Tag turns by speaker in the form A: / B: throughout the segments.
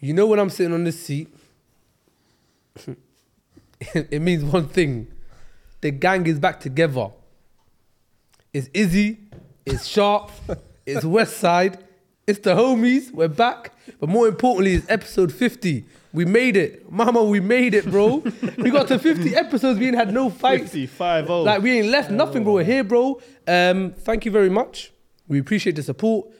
A: You know when I'm sitting on this seat, it means one thing. The gang is back together. It's Izzy, it's Sharp, it's West Side, it's the homies, we're back. But more importantly, it's episode 50. We made it. Mama, we made it, bro. we got to 50 episodes, we ain't had no fights.
B: 55
C: Oh.
A: Like we ain't left nothing, bro. We're here, bro. Um, thank you very much. We appreciate the support.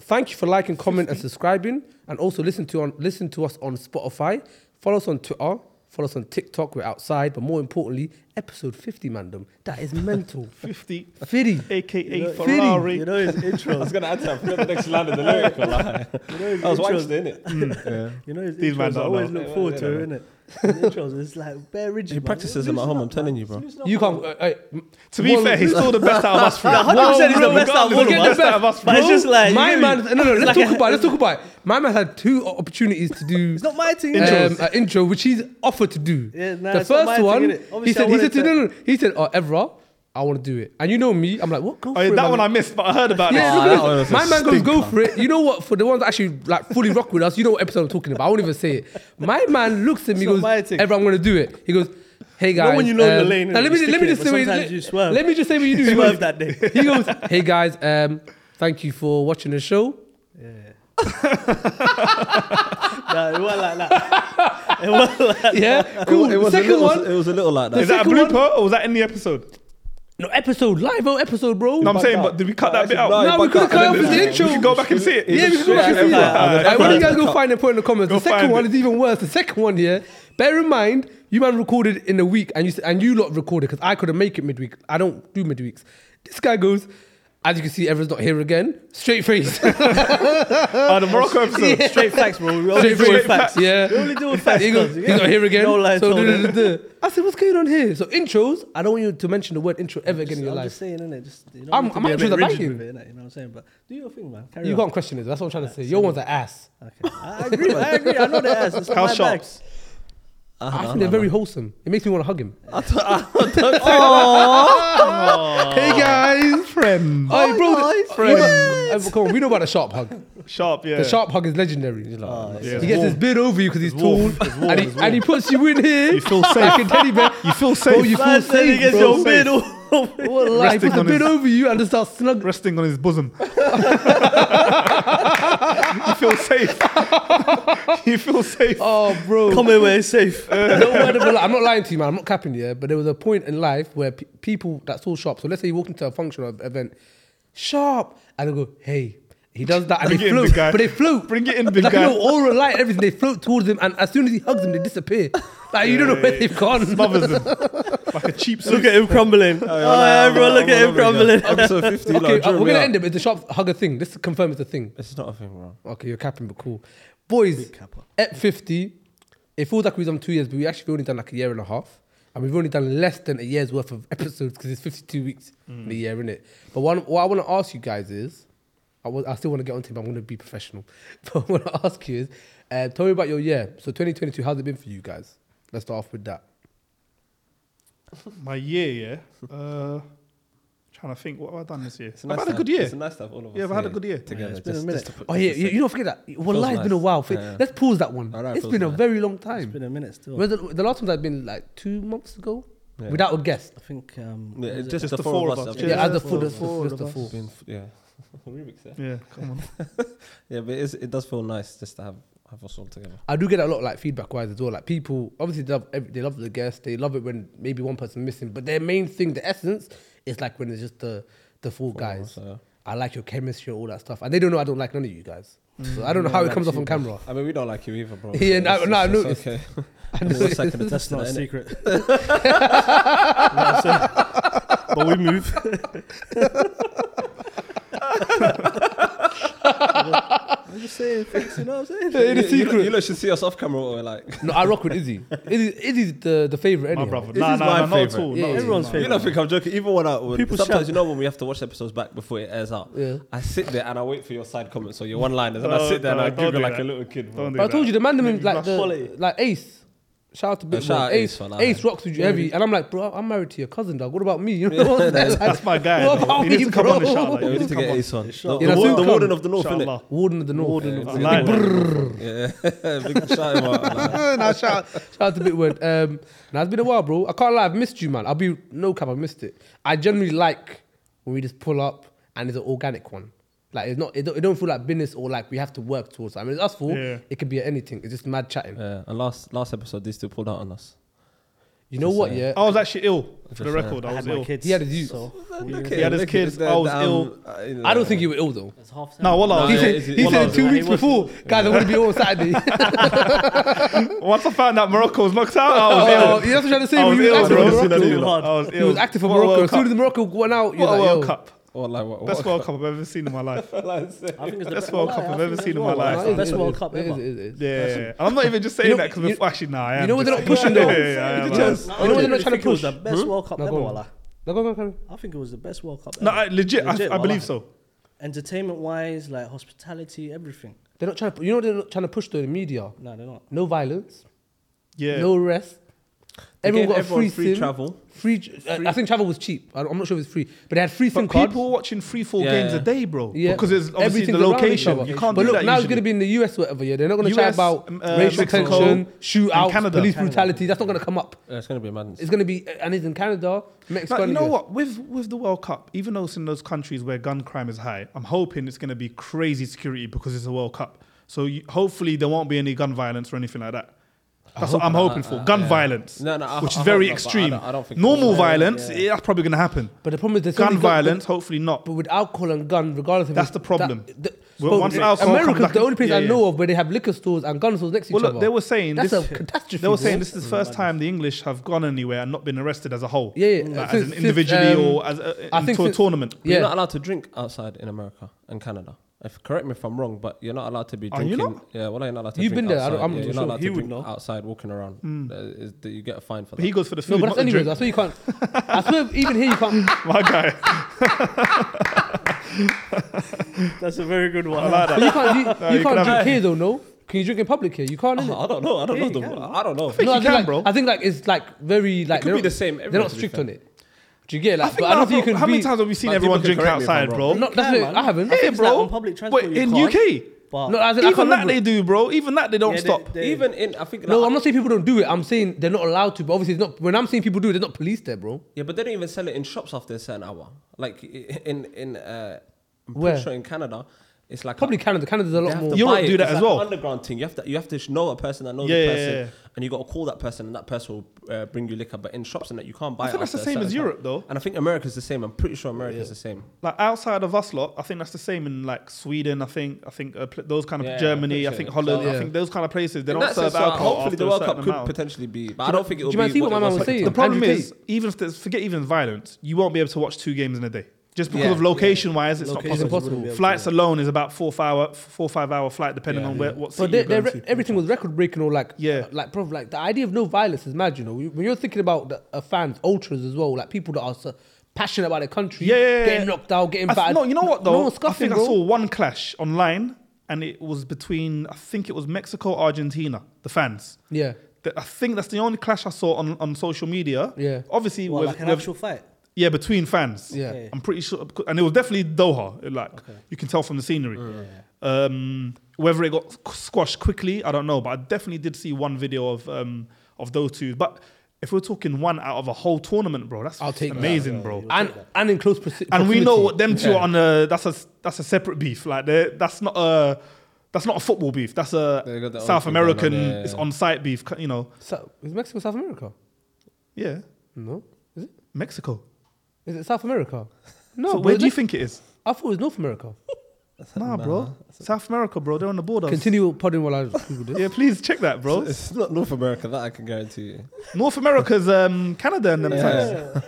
A: Thank you for liking, comment, and subscribing, and also listen to on listen to us on Spotify. Follow us on Twitter. Follow us on TikTok. We're outside, but more importantly, episode fifty, mandem. That is mental.
B: 50,
A: Fifty.
B: aka
A: You know-
B: Ferrari.
C: You know his
D: I
C: intros.
D: was going to add to that. I forgot the next line of the lyric. Like,
C: you know his
D: I was
C: intros.
D: watching it, innit?
C: You know his
B: These man
C: intros. I
B: don't
C: always
B: know.
C: look
D: They
C: forward to
D: don't
C: it, innit? His intros. It's like bare rigid.
D: He
C: man.
D: practices
C: Loosen
D: them at home,
C: up,
D: I'm telling you, bro.
C: Loosen up,
A: You
C: man.
A: can't. uh, uh,
B: To be
A: Well,
B: fair, he's still the best out of us three.
C: 100% he's the best out of
B: regardless
C: all of
B: the
C: us.
B: best out of us
C: But it's
B: three.
C: just like you
A: my
C: know,
A: man. No, no. Let's
C: like
A: talk
C: a-
A: about. it, Let's talk about. It. My man had two opportunities to do.
C: It's not my team.
B: Intros.
A: um, an intro, which he's offered to do.
C: Yeah, nah,
A: the
C: it's not
A: first
C: my thing,
A: one,
C: innit? Obviously,
A: he
C: I
A: said, he
C: wanted
A: said, to,
C: to-
A: no, no, no. he said, oh, Evra, I want to do it. And you know me, I'm like, what? Go
B: Oh, yeah,
A: for it,
B: that
A: man.
B: one I missed, but I heard about
A: Yeah,
B: it.
D: that
A: look
D: one
A: at this.
D: was a
A: My man goes, go
D: stinker.
A: for it. You know what? For the ones that actually like fully rock with us, you know what episode I'm talking about. I won't even say it. My man looks at me,
C: It's not
A: goes,
C: my thing.
A: Evra, I'm going to do it. He goes, hey guys.
C: Not when you know the
A: um,
C: lane,
A: Now,
C: innit?
A: let
C: You
A: me, let
C: stick
A: me
C: it,
A: just
C: but
A: say what he-
C: sometimes you swerve.
A: Let me just say what you do. He
C: Swerve
A: goes,
C: that day.
A: he goes, hey guys, um, thank you for watching the show.
C: Nah, it wasn't like that. It wasn't like that.
A: Yeah,
D: It
A: cool.
D: was- it was a
A: Second
D: little-
A: one,
D: It was a little like that.
B: Is that a
A: second one-
B: blooper or was that in the episode?
A: no episode, live oh, episode, bro.
B: No, I'm saying,
D: out.
B: but did we cut that
D: That's
B: bit
D: a
B: out?
D: blind
A: No, we
D: back
A: couldn't
D: out.
A: cut
D: And
A: off
D: then
A: his
D: it's-
A: intro.
B: We should go back and see it.
A: Yeah, we can go back and see
D: Yeah,
A: that.
D: yeah, yeah.
A: Alright, Why don't you guys go
D: Yeah.
A: find it? Put it in the comments.
B: Go
A: the second
B: find
A: one
B: it.
A: is even worse. The second one here. Bear in mind, you man recorded in a week, and you s- and you lot recorded because I couldn't make it midweek. I don't do midweeks. This guy goes. As you can see, everyone's not here again. Straight face.
B: Oh, the Morocco episode.
C: Straight facts, bro. We only do
A: Straight face.
B: Straight
C: facts.
B: facts.
A: Yeah.
C: We only do facts.
A: He goes,
C: cuz,
A: he's
C: yeah.
A: not here again.
C: No lies
A: so
C: told.
A: duh, duh, duh, duh. I said, what's going on here? So intros, I don't want you to mention the word intro ever again in your
C: I'm
A: life.
C: just saying, innit? Just, you know,
A: I'm-
C: need to
A: I'm
C: be a
A: actually
C: bit
A: the
C: rigid
A: banking.
C: with it, innit? You know what I'm saying? But do your thing, man. Carry
A: You
C: on.
A: can't question this. That's what I'm trying to say. Your one's an ass.
C: Okay. I agree. I agree. I know the ass. It's not
B: House
C: my bag.
B: shops.
A: I think they're very wholesome. It makes me want to hug him. Hey guys, friend. Hey bro,
C: Hi,
A: friend. You know, uh, come on, we know about the sharp hug.
B: Sharp, yeah.
A: The sharp hug is legendary. you know.
B: Oh, yeah.
A: He gets his beard over you because he's tall, and, he, and he puts you in here. You
B: feel
A: Like a teddy bear.
B: You
A: Bro,
B: feel safe.
A: you feel
C: Man said he
A: safe,
C: gets
A: bro.
C: your
B: safe.
C: middle.
A: What a lie. He
B: Resting
A: puts the
B: on
A: beard
B: his-
A: over you and just starts snug.
B: Resting on his bosom. you feel safe. you feel safe.
A: Oh, bro.
C: Come here where it's safe.
A: No word of a lie. I'm not lying to you, man. I'm not capping you, yeah, but there was a point in life where pe- people that saw sharp. So let's say you walk into a function or event, sharp, and they go, "Hey." He does that, and
B: Bring
A: they
B: it in,
A: float.
B: big guy.
A: But they float.
B: Bring it in, big
A: like,
B: guy.
A: You know, aura light, everything. They float towards him, and as soon as he hugs them, they disappear. Like you don't know where
B: Yeah,
A: they've gone.
B: Smothers them. Like a cheap
C: Look
B: suit.
C: at him crumbling. Oh, everyone, look at him crumbling.
D: Episode 50. like,
A: okay, uh,
D: drew
A: we're
D: me
A: gonna
D: up.
A: end it. Is the sharp hug a thing? Let's confirm it's a thing.
D: It's not a thing, bro.
A: Okay, you're capping, but cool. Boys, at 50, it feels like we've done two years, but we actually only done like a year and a half. And we've only done less than a year's worth of episodes because it's 52 weeks in
D: Mm.
A: a year, innit? But one, what I want to ask you guys is, I wa- I still want to get onto it, but I'm going to be professional. But what I want to ask you is, uh, tell me about your year. So 2022, how's it been for you guys? Let's start off with that.
B: My year, yeah. Uh, trying to think, what have I done this year?
D: It's
B: I've
D: nice
B: had
D: to
B: a good
D: have-
B: year.
D: It's nice to have all of us.
B: Yeah, I've had a
D: here
B: good year.
D: Together.
C: Yeah, it's been a
D: just-
C: minwallahi,
D: just to put-
A: Oh, yeah,
D: just to
A: you,
D: say-
A: you don't forget that. Wallahi, it's been a
D: nice.
A: while. Fi-
D: Yeah, yeah.
A: Let's pause that one.
D: All right,
A: it's
D: feels
A: been a
D: nice.
A: very long
C: It's
A: time.
C: been a minute still.
A: Whereas The, the last one's had been like two months ago
D: Yeah.
A: without a guest.
C: I think. Um,
D: Yeah,
C: was it-
D: Just the four of us.
A: Yeah,
D: Yeah,
A: as a
C: the
A: full,
C: four,
A: just the
C: four
A: just
C: of
A: the
C: us.
A: full.
D: Been f- Yeah. Rubik's there.
B: Yeah, come on.
D: Yeah, but it, is, it does feel nice just to have, have us all together.
A: I do get a lot like feedback wise as well. Like people obviously they love every, they love the guests. They love it when maybe one person missing, but their main thing, the essence, is like when it's just the the four guys.
D: So,
A: I like your chemistry, all that stuff, and they don't know I don't like none of you guys. So I don't know
D: Mm,
A: how it comes off on camera.
D: I mean, we don't like you either, bro.
A: Yeah, no,
D: it's-
A: no, I
D: it's-
A: noticed.
D: it's Okay.
A: I
D: I mean,
A: know
D: what's that gonna
C: That's
D: test
C: not a
D: it, innit?
C: secret. You know what I'm saying? but we move. I'm just saying things, you know what I'm saying?
D: You- you- You,
A: secret.
D: lot- you lot should see us off camera. Or like,
A: No, I rock with Izzy. Izzy Izzy's the the favorite.
B: My
A: anyhow.
B: brother.
D: This
B: Nah,
D: is
B: nah,
D: my
B: nah, not at
D: favourite.
A: Yeah,
B: all. not at
A: yeah.
B: all.
C: Everyone's
D: you
C: favourite.
D: don't think I'm joking. Even when I, when
C: People
D: sometimes
C: shout.
D: you know when we have to watch episodes back before it airs out.
A: Yeah.
D: I sit there and I wait for your side comments or your one liners, and
B: No,
D: I sit there
B: Oh, no,
D: and I
B: don't do
D: giggle like
B: that.
D: a little kid. Bro.
B: Don't do
A: But I told
B: that.
A: you the man them
B: Make
A: in,
B: me
A: like
B: blush.
A: the
C: Quality.
A: like Ace. Shout out to Bitboy.
D: Uh, shout out Ace
A: Ace,
D: for
A: Ace,
D: that.
A: rocks with you heavy. And I'm like, bro, I'm married to your cousin, dog. What about me? You know what I'm saying? Like,
B: That's my guy.
A: What
B: bro.
A: about
B: he needs
A: me,
B: to come on the
A: bro?
B: shout. Like,
D: Yeah, we
B: he
D: need
B: needs
D: to
B: come
D: get
B: on.
D: Ace on. The,
A: Yeah, that's
D: the, wa-
A: who
D: the
A: come.
D: warden of the north, innit?
B: Inshallah.
A: Warden of the North.
B: Warden of the
A: Big
B: Lion.
A: brrrr.
D: Yeah, big shout him out. man.
A: nah, shout, shout out to Bitword. Um, now it's been a while, bro. I can't lie, I've missed you, man. I'll be no cap, I missed it. I generally like when we just pull up and it's an organic one. Like it's not, it don't, it don't feel like business or like we have to work towards. it. I mean, it's us four.
B: Yeah.
A: It could be anything. It's just mad chatting.
D: Yeah, Uh, and last last episode they still pulled out on us.
A: you know
D: just,
A: what?
D: uh,
A: yeah.
B: I was actually ill for the
D: Just, uh,
B: record. I
E: I
B: was
E: had my
B: ill.
E: kids.
A: He had his youth.
E: So
B: He had his kids, I was ill.
A: I don't think you were ill though.
E: it's half
B: No, well, I
D: No,
A: He
D: yeah,
A: said,
D: it's-
A: he
D: well,
A: said
D: I was-
A: two
E: he
A: weeks
E: was-
A: before, guys, I'm gonna be on Saturday.
B: Once I found out Morocco was knocked out, I was
A: oh,
B: ill.
A: yeah, that's what I'm trying to say.
B: I
A: He
B: was
A: was
B: ill,
A: active
B: bro.
A: for Morocco.
B: I
E: Too hard.
B: was
A: He
B: ill.
A: was active for
B: What a
A: Morocco.
B: World
A: As soon as
B: Cup.
A: Morocco went out, you're
B: What a
A: like,
B: World
A: yo.
B: Cup.
D: Or like what?
B: Best
D: what-
B: World Cup I've ever seen in my life.
E: I think it's the
B: That's
E: best
B: World Cup I've ever seen in my life.
A: Nah, it
E: Best
A: is, it
E: World
A: is,
E: Cup
A: it is,
E: ever.
A: it is.
B: Yeah, and I'm not even just saying
A: You know-
B: that 'cause that
A: you-
B: because actually, nah, I am.
A: you know what they're
B: just-
A: not pushing though?
B: Yeah, yeah, yeah,
A: You
B: I
A: know
B: am.
A: what they're not trying to
E: It was
A: push?
E: the best World Cup
A: No,
E: ever,
A: go on.
E: wallah.
A: No, go, go, go.
E: I think it was the best World Cup.
B: No,
E: ever.
B: I, legit,
E: Legit,
B: I, I
E: wallah.
B: believe so.
E: Entertainment wise, like hospitality, everything.
A: They're not trying to. You know what they're not trying to push though. The media,
E: No, they're not.
A: no violence,
B: Yeah,
A: no rest.
D: They
A: Everyone
D: gave
A: got a free, sim,
D: travel.
A: Free, uh, I think travel was cheap. I- I'm not sure if it's free, but they had free sim
B: but
A: cards.
B: people watching three, four
D: Yeah,
B: games
D: yeah.
B: a day, bro.
A: Yeah.
B: because it's obviously
A: Everything's
B: the
A: around each
B: location.
A: other.
B: You can't
A: But
B: do
A: look,
B: that.
A: now it's
B: usually.
A: going to be in the US, or whatever. Yeah, they're not going to chat
B: US,
A: about
B: um, uh,
A: racial
B: Mexico,
A: tension, shootouts,
B: Canada.
A: police
E: Canada.
A: brutality. That's not going to come up.
D: Yeah, it's gonna be madness.
A: It's going to be, and it's in Canada, Mexico.
B: But you
A: and
B: know
A: US.
B: what? With with the World Cup, even though it's in those countries where gun crime is high, I'm hoping it's going to be crazy security because it's a World Cup. So you, hopefully there won't be any gun violence or anything like that. That's what I'm hoping for. Gun
D: Uh, yeah.
B: violence,
D: No, no, I-
B: which is
D: I hope
B: very
D: not, but I
B: extreme.
D: don't- I don't think it
B: Normal
D: will.
B: violence, eh, that's probably going to happen.
A: But the problem is, there's so
B: Gun
A: many guns-
B: violence, hopefully not.
A: but with alcohol and gun, regardless of
B: That's
A: it-
B: the problem.
A: that- the-
B: Well,
A: but
B: once alcohol comes
A: America's
B: back
A: the
B: in-
A: only place
B: yeah,
A: I
B: yeah.
A: know of where they have liquor stores and gun stores next to
B: Well,
A: each
B: look,
A: other.
B: they were saying
A: That's
B: this,
A: a catastrophe,
B: They were
A: bro.
B: saying this is the first time the English have gone anywhere and not been arrested as a whole.
A: Yeah, yeah.
B: Like, as
A: Since-
B: an
A: since,
B: individually
A: um,
B: or as a,
A: I
B: into
A: think
B: a
A: since-
B: tournament.
D: You're not
A: Yeah,
D: allowed to drink outside in America and Canada. If correct me if I'm wrong, but you're not allowed to be
B: Are
D: drinking.
B: you
D: Yeah, well, you're not allowed to.
A: You've
D: drink
A: been there, I
D: outside.
A: don't- I'm
D: yeah,
A: not
D: you're
A: sure.
D: not allowed
E: He
D: to
E: would
D: drink
E: know.
D: outside walking around. Uh, is that you get a fine for that.
B: But he goes for the
A: no,
B: food.
A: but
B: not
A: that's
B: the
A: anyways. I
B: drink.
A: swear you can't. I swear, even here you can't.
B: My guy.
E: That's a very good one.
A: But you can't. You, you
B: you
A: can't
B: can
A: drink here though. No, can you drink in public here? You can't. innit?
D: Oh, I don't know. I don't know. The, I don't know.
B: think
A: no,
B: you
A: I think
B: can,
A: like,
B: bro.
A: I think like it's like very like
D: could
A: they're
D: be
A: not-
D: the same
A: They're
D: everywhere,
A: not
D: to be
A: strict
D: fair.
A: on it. Do you get like?
B: I think
A: but I don't
B: now,
A: think you
B: bro,
A: can.
B: how
A: be,
B: many times have we seen
D: Like,
B: everyone
D: people
B: drink
D: correct me if I'm
B: outside, bro?
D: wrong.
A: No, that's
E: can,
A: it.
E: man.
A: I haven't.
E: I think
B: Yeah,
E: it's like
B: bro.
E: on public transport.
B: Wait,
E: you
B: in
E: can't,
B: UK,
E: But
A: No, as in, I can't
B: even that
A: remember.
B: they do, bro. Even that they don't
E: Yeah, they-
B: stop.
E: they-
D: Even in, I think.
A: No,
D: like,
A: I'm not saying people don't do it. I'm saying they're not allowed to. But obviously, it's not. When I'm saying people do it, there's not police there, bro.
D: Yeah, but they don't even sell it in shops after a certain hour. Like i- in in uh, I'm pretty
A: Where?
D: sure in Canada, it's like a-
A: Probably Canada. Canada's a
D: they
A: lot
D: have
A: more.
D: to
B: Europe
D: buy it.
B: do that
D: It's
B: as
D: like an
B: well.
D: underground thing. You have to you have to sh- know a person that knows
B: Yeah,
D: the
B: yeah,
D: person,
B: yeah.
D: and you got to call that person, and that person will uh, bring you liquor. But in shops and that you can't buy.
B: I think
D: it
B: that's the
D: after a
B: same as
D: certain
B: Europe,
D: time.
B: though.
D: And I think America's the same. I'm pretty sure America's the same.
B: Like outside of us lot, I think that's the same in like Sweden. I think I think uh, pl- those kind of
D: Yeah,
B: Germany. I
D: pretty
B: think
D: sure.
B: Holland. I
A: Yeah.
B: think those kind of places they
D: In
B: don't
D: that
B: serve
D: sense, uh,
B: alcohol.
D: hopefully,
B: after
D: the
B: a
D: World
B: certain
D: Cup could
B: amount.
D: potentially be, but I don't think it will
A: do
D: be.
A: you man see what
D: it
A: my man was
D: like
A: saying?
D: in
B: The
A: Andrew
B: problem is,
A: Tate.
B: even if there's, forget even violence, you won't be able to watch two games in a day just because
D: Yeah,
B: of location wise. It's
A: Location-
B: not
A: It's
B: possible.
A: impossible.
E: Yeah,
B: Flights alone is about four five hour, four five hour flight depending on where what
A: But
B: city
A: they,
B: you're
A: they
B: going
A: re-
B: to.
A: everything was record breaking or like
B: Yeah.
A: like bro, like the idea of no violence is mad. You know, when you're thinking about the, uh, fans, ultras as well, like people that are so passionate about their country,
B: Yeah, yeah, yeah.
A: getting knocked out, getting
B: I th-
A: battered.
B: no, you know what though?
A: no one's
B: I
A: scuffing,
B: think
A: bro.
B: I saw one clash online, and it was between I think it was Mexico Argentina. The fans.
A: yeah,
B: Th- I think that's the only clash I saw on, on social media.
A: Yeah.
B: Obviously,
E: What,
B: with,
E: like an
B: with-
E: actual fight.
B: yeah, between fans.
A: yeah,
E: Yeah.
B: I'm pretty sure, and it was definitely Doha. Like you can tell from the scenery. Um, whether it got squ- squashed quickly, I don't know, but I definitely did see one video of um, of those two. But if we're talking one out of a whole tournament, bro, that's
A: I'll take that.
B: amazing, bro.
A: and and in close proxi-
B: And we
A: proximity.
B: know what them two are on. A, that's a that's a separate beef. Like they're- that's not a that's not a football beef. That's
D: They
B: a
D: got their own
B: South
D: thing going on,
B: American.
D: yeah, yeah,
B: It's
D: yeah.
B: on site beef. You know.
A: So, is Mexico South America?
B: Yeah.
A: No, is it?
B: Mexico.
A: Is it South America? No,
B: So
A: bro,
B: where do you
A: Mex-
B: think it is?
A: I thought it was North America.
B: Nah, bro. South America, bro. They're on the border.
A: Continue podding while I Google this.
B: Yeah, please check that, bro.
D: It's not North America that I can guarantee you.
B: North America's um, Canada and them times.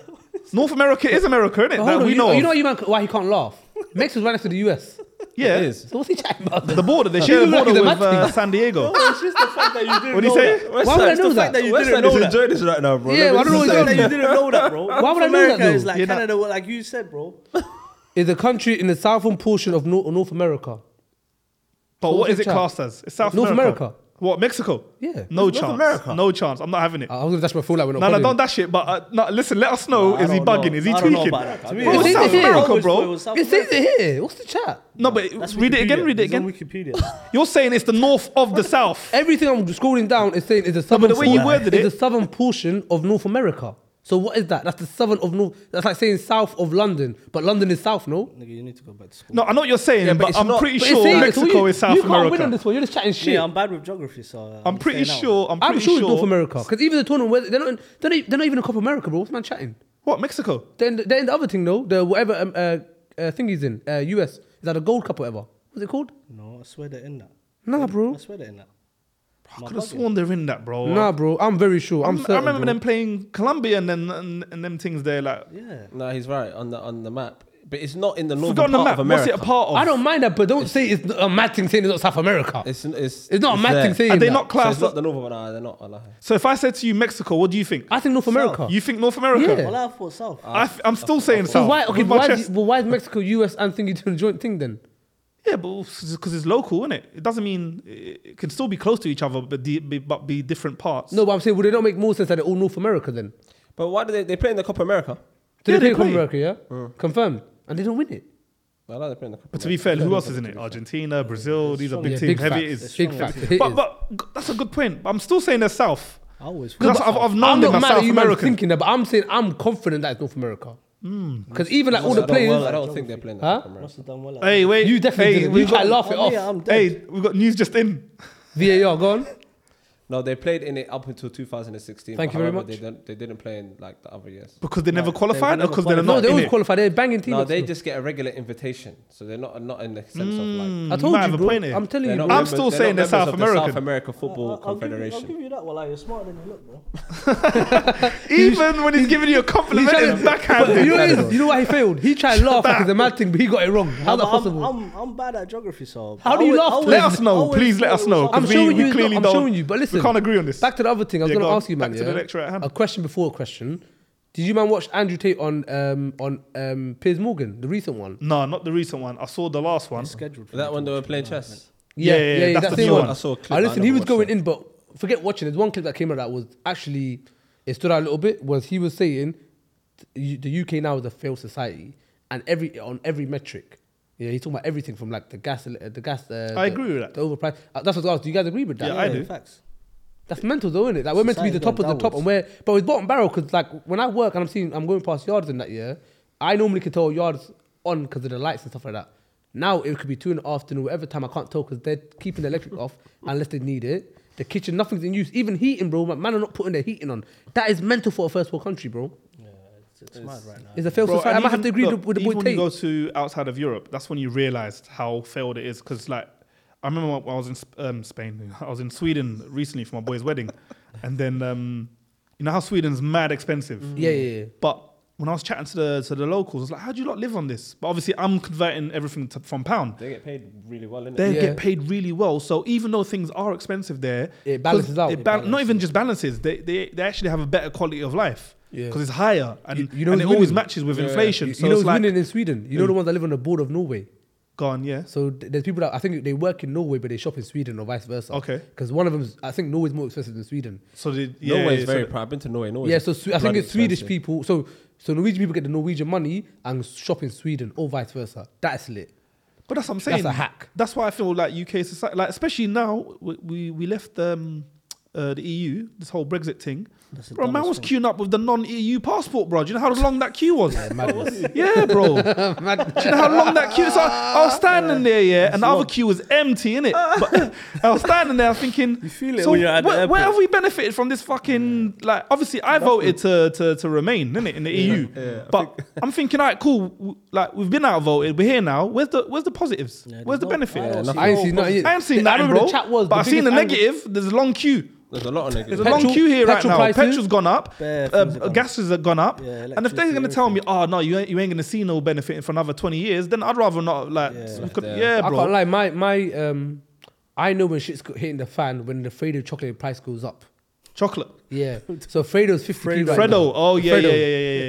B: North America is America, isn't
A: But
B: it?
A: hold
B: That
A: on,
B: we
A: you,
B: know.
A: you
B: of.
A: know why you man, why he can't laugh? Mexico's right next to the US.
B: yeah,
D: It is.
A: So what's he chatting about?
B: the border. They
A: You
B: share the
A: look
B: border
A: like
B: with
A: the
B: uh, San Diego.
E: It's just the fact that you didn't
B: What do you
E: know
B: say?
E: that.
D: Why
A: would I know that?
E: Why would I know
D: is
E: that?
D: enjoying this right now, bro.
A: Yeah,
D: Let me
A: why don't
D: just
A: we
D: say-
A: know
E: That you didn't know that, bro.
A: Why would I know that,
E: America is
A: though?
E: like
B: You're not-
E: Canada, like you said, bro.
A: is a country in the southern portion of North, North America.
B: But
A: What
B: what
A: was
B: is
A: it,
B: it
A: Chad?
B: classed as? It's South
A: North America.
B: America. What Mexico?
A: Yeah.
B: No
C: North
B: chance.
C: America.
B: No chance. I'm not having it.
A: I I was gonna dash my full out when
B: no, no, don't dash it. But uh, no, listen, let us know.
E: I
B: is he
E: don't
B: bugging?
E: know.
B: Is he
E: I don't know
B: tweaking?
E: about that. To me,
A: Bro,
E: it's
A: it's
E: South
A: easy.
E: America,
B: Always
E: bro.
B: thought it was
E: South
A: It says
E: America.
A: it here. What's the chat?
B: No, but
E: That's
B: read it again.
C: Wikipedia.
B: Read it
C: It's on
B: again.
C: Wikipedia.
B: You're saying it's the north of the south.
A: Everything I'm scrolling down is saying is a southern.
B: the way you
A: portion-
B: worded
A: is
B: it-
A: the southern portion of North America. So what is that? That's the southern of North. That's like saying south of London, but London is south, no?
E: Nigga, you need to go back to school.
B: No, I know what you're saying,
D: Yeah, but
B: but,
D: it's
B: I'm
D: not-
B: pretty
A: But it's
B: sure
A: saying it, so
B: Mexico
A: you,
B: is South
A: you can't win on
B: America.
A: this one. You're just chatting shit.
E: Yeah, I'm bad with geography, so uh,
B: I'm pretty
E: staying out.
B: sure. I'm
A: I'm,
B: pretty
A: sure,
B: sure.
A: it's North America because even the tournament, where- they're not, in, they're, not, they're not even in Copa America, bro. What's man chatting?
B: What Mexico?
A: They're in, the, they're in the other thing though. The whatever um, uh, uh, thing he's in, uh, US. Is that a Gold Cup or whatever? What's it called?
E: No, I swear they're in that.
A: Nah, bro.
E: I swear they're in that.
B: I
E: Am I
B: could have
E: bugging?
B: sworn they're in that, bro.
A: Nah, bro. I'm very sure.
B: i
A: I'm. certain,
B: I remember
A: bro.
B: them playing Colombia and then and, and them things there. Like,
E: Yeah.
D: No, he's right on the on the map, but it's not in the northern
B: forgotten
D: part
B: the map.
D: of America.
B: What's it a part of?
A: I don't mind that, but don't say it's not a mad thing saying it's not South America. It's,
D: It's it's
A: not a mad
D: there.
A: thing saying
B: Are they
A: that.
B: not
D: So
B: classed?
D: it's not the northern one. No, they're not. Allah.
B: so if I said to you Mexico, what do you think?
A: I think North America.
B: You think North America?
A: Yeah.
E: Well, I thought South.
B: I f- I'm still saying
A: so
B: South.
A: why? Okay,
B: with my
A: why, is,
B: chest.
A: well, why is Mexico, US, and thingy doing a joint thing then?
B: Yeah, but because it's local, isn't it? It doesn't mean it it can still be close to each other, but be, be, but be different parts.
A: No, but I'm saying would it not make more sense that they're all North America then?
D: But why do they they play in the Copa America?
A: Do they
B: Yeah,
A: play
B: they
A: Copa
B: play.
A: America? Yeah,
D: Mm.
A: confirmed, and they don't win it.
D: I like they play in the Copa.
B: but to be
D: America.
B: fair, who else is in it? Argentina, Brazil. These are big
A: Yeah,
B: teams. Heavy it
A: facts.
B: is.
A: Big
E: Strong
A: facts.
B: But but g- that's a good point. I'm still saying they're South.
E: I always thought.
B: Because I've, I've known
A: I'm
B: them
A: not
B: as
A: mad
B: South
A: at you man
B: American. Hmm.
A: thinking that, but I'm saying I'm confident that it's North America. Because even like all the
D: Also, I don't- well, I
A: players,
D: don't think they're playing the
A: Huh?
D: Copa America.
E: Must have done well. at
B: Hey,
E: that.
B: wait.
A: you definitely
B: hey,
A: didn't.
B: we
A: You try
B: got-
A: to laugh it
E: Oh, yeah,
A: off.
E: I'm dead.
B: Hey, we got news just in.
A: VAR, go on.
D: No, they played in it up until 2016.
A: Thank
D: but
A: you very
D: however,
A: much.
D: They didn't, they didn't play in like the other years.
B: Because they never
E: they
B: qualified or
E: never
B: because they're
E: qualified.
A: No,
B: not
A: they
B: in
A: always
B: it?
A: qualify. They're banging teams.
D: No, they just get a regular invitation, so they're not not in the sense of like.
A: I told
B: Might have
A: you,
B: a
A: bro.
B: point here.
A: I'm telling
D: they're
A: you,
D: not
A: bro.
B: Mm. I'm still
D: they're
B: saying
D: not
B: they're South
D: members of the South
B: American.
D: America
E: I- I-
D: Football
E: I'll give you- I'll
D: Confederation.
E: give you that. Well, you're smarter than you look, bro.
B: Even when he's giving you a compliment,
A: tried
B: it's
A: to- But you know,
B: backhanded.
A: what it is? you know why he failed? He tried to laugh like it's a mad thing, but he got it wrong. How's
E: I'm,
A: that
E: I'm-
A: possible? I'm,
E: I'm, I'm, bad at geography, so.
A: How do you
E: I
A: laugh?
E: always-
A: Let
E: always-
B: us know.
E: always
B: Please let
E: thought
B: us
E: it was
B: know, 'cause
E: South
B: we-
A: showing you.
B: clearly
A: I'm
B: don't-
A: showing you. But listen,
B: we can't agree on this.
A: Back to the other thing. I was
B: Yeah,
A: going
B: go
A: to
B: on.
A: ask you, man.
B: Back to
A: yeah?
B: the lecture at hand.
A: A question before a question. Did you man watch Andrew Tate on um, on um, Piers Morgan, the recent one?
B: No, not the recent one. I saw the last one.
E: America. Scheduled for
D: That
E: me
D: one
E: to
D: they were
E: watch
D: playing
E: it.
D: chess.
B: Yeah, yeah, that's the
A: same
B: new one.
D: I saw a clip,
A: Ah,
D: but I
A: listen,
D: never
A: he was
D: watched
A: going
D: it.
A: in, but forget watching. There's one clip that came out that was actually it stood out a little bit. Was he was saying th- the UK now is a failed society, and every on every metric. Yeah, he's talking about everything from like the gas, uh, the gas. Uh,
B: I
A: the-
B: agree with that.
A: The overprice. Uh, that's what I asked. Do you guys agree with that?
B: Yeah, I do.
E: Facts.
A: That's mental though, isn't it? Like we're meant to be the top
E: Society's
A: of
E: going
A: the top, and we're but it's bottom barrel because like when I work and I'm seeing I'm going past yards in that year, I normally can tell yards on because of the lights and stuff like that. Now it could be two in the afternoon, whatever time I can't tell because they're keeping the electric off unless they need it. The kitchen, nothing's in use. Even heating, bro. Man man are not putting their heating on. That is mental for a first world country, bro.
E: Yeah, it's, it's mad right now.
A: It's a failed
B: Bro,
A: society. I
B: and
A: might have to
B: even-
A: agree
B: look,
A: with with the
B: even
A: boy
B: when you
A: Tate.
B: go to outside of Europe, that's when you realised how failed it is. Because like, I remember when I was in Sp- um, Spain, I was in Sweden recently for my boy's wedding, and then um, you know how Sweden's mad expensive.
A: yeah, yeah, yeah.
B: But when I was chatting to the to the locals, I was like, "How do you lot live on this?" But obviously, I'm converting everything to, from pound.
D: They get paid really well, innit?
B: They
A: Yeah.
B: get paid really well, so even though things are expensive there,
A: It balances
B: 'cause
A: out.
B: It
A: It
B: bal- not even just balances; they, they they actually have a better quality of life
A: Yeah.
B: because it's higher, and,
A: You- you know
B: and it
A: who's
B: always
A: winning?
B: matches with
D: Yeah.
B: inflation.
A: You,
B: so
A: you know,
B: it's
A: who's
B: like Mm.
A: winning in Sweden. You know the ones that live on the border of Norway.
B: gone, yeah.
A: So th- there's people that I think they work in Norway, but they shop in Sweden or vice versa.
B: Okay.
A: Because one of them, I think Norway's more expensive than Sweden.
B: So the, yeah,
D: Norway's
B: yeah,
D: very
B: so
D: proud. I've been to Norway. Norway's
A: yeah, so Swe- I think
D: bloody
A: it's Swedish
D: expensive.
A: people. So so Norwegian people get the Norwegian money and shop in Sweden or vice versa. That's lit.
B: But that's what I'm saying.
A: That's a hack.
B: That's why I feel like UK society, like especially now, we we, we left um, uh, the EU, this whole Brexit thing.
E: That's the
B: Bro, man was
E: dumbest
B: queuing up with the non-EU passport, bro. Do you know how long that queue was?
A: Madness.
B: yeah, bro. Do you know how long that queue? So I, I was standing there, yeah, and the other
E: long.
B: queue was empty, innit? But I was standing there thinking,
E: You feel it
B: so
E: when you're at the
B: where, where
E: airport.
B: have we benefited from this fucking like? Obviously, I voted to, to to remain, innit, in the EU. but I'm thinking, all right, cool. w- Like we've been outvoted, we're here now. Where's the where's the positives?
E: Yeah,
B: where's the
E: there's no-
B: benefit?
E: I don't
D: Yeah,
E: see
A: I ain't
E: no
A: seen nothing
E: positive-
A: yet.
B: I ain't
A: I
B: seen that,
A: remember
B: bro.
A: the chat was
B: but
A: the
B: I seen the
A: biggest angle-
B: negative. There's a long queue.
D: There's a lot of
B: There's
D: negatives.
B: a
A: Petrol-
B: long queue here right
A: petrol
B: now.
A: prices.
B: Petrol's gone up.
E: Bare
B: Uh,
E: things have gone
B: gas has gone up.
E: Yeah,
B: and if they're
E: electricity,
B: going to tell me, oh no, you ain't, you ain't going to see no benefit for another 20 years, then I'd rather not. Like,
E: Yeah.
B: we could- yeah,
D: Yeah.
A: I can't
B: bro.
A: lie. My my um, I know when shit's go- hitting the fan when the Fredo chocolate price goes up.
B: Chocolate.
A: Yeah. So Fredo's 50p right
B: Fredo.
A: now.
B: Oh yeah,
A: Fredo.
B: yeah, yeah, yeah,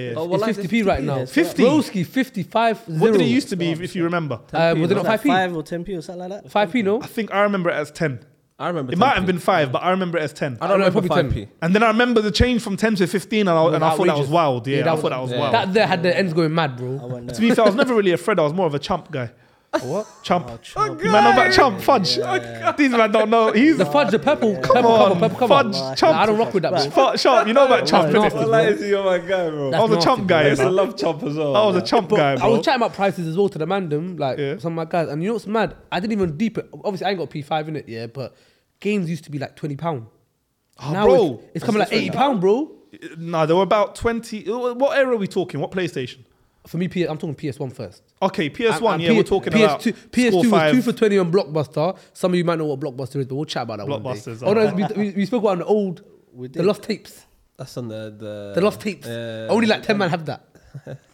B: yeah. yeah.
D: Oh,
A: It's
D: well, like,
A: 50p right now.
B: 50?
A: Broski 55
B: what did it used to be, if you remember?
A: Uh, was it not
E: Like
A: 5p?
E: Five or ten p or something like that.
A: 5p, no?
B: I think I remember it as 10.
D: I remember.
B: It might have
D: 10p.
B: been five, but I remember it as ten.
D: I
A: I
D: don't
A: know,
D: remember
A: probably 10.
D: five p.
B: And then I remember the change from ten to fifteen, and I, and I thought that
A: Outrageous.
B: was wild. Yeah,
A: Yeah, that
B: I
A: was-
B: thought that was
D: yeah.
B: wild.
A: That there had the ends going mad,
E: I
A: bro.
E: went
B: to
E: there.
B: be fair, I was never really a Fred. I was more of a chump guy.
A: What?
B: Chump.
E: Oh, chump.
B: You man know about chump fudge. These man don't know. He's
A: The fudge, the purple,
B: come
A: purple
B: on
A: cover, purple cover.
B: fudge
E: Nah,
A: Nah, I
B: chump.
A: don't rock with that, bro.
B: Fu- Sharp, you know about chump.
A: That's nasty.
B: innit?
D: Well, is you're my guy, bro.
B: I was a chump guy.
D: I
B: innit?
D: love chump as well.
B: I was a
D: man.
B: chump guy,
A: I
B: bro.
A: was chatting about prices as well to the mandem, like
B: Yeah.
A: some of my guys. And you know what's mad? I didn't even deep it. Obviously, I ain't got P5 in it, yeah, but games used to be like £20.
B: Ah,
A: now
B: bro.
A: it's, it's coming like £80, bro.
B: No, they were about 20. What era are we talking? What PlayStation?
A: For me, P- I'm talking PS1 first.
B: Okay, PS1,
A: And- and
B: yeah,
A: P-
B: we're talking
A: PS2,
B: about
A: PS2
B: score
A: was
B: five.
A: two for 20 on Blockbuster. Some of you might know what Blockbuster is, but we'll chat about that one day.
B: Blockbusters,
A: Oh, no,
B: alright.
A: we, we, we spoke about the old,
E: We
A: the
E: did.
A: lost tapes.
D: That's on the the.
A: The lost tapes.
B: Uh,
D: Yeah.
A: Only like
B: um,
A: 10 man have that.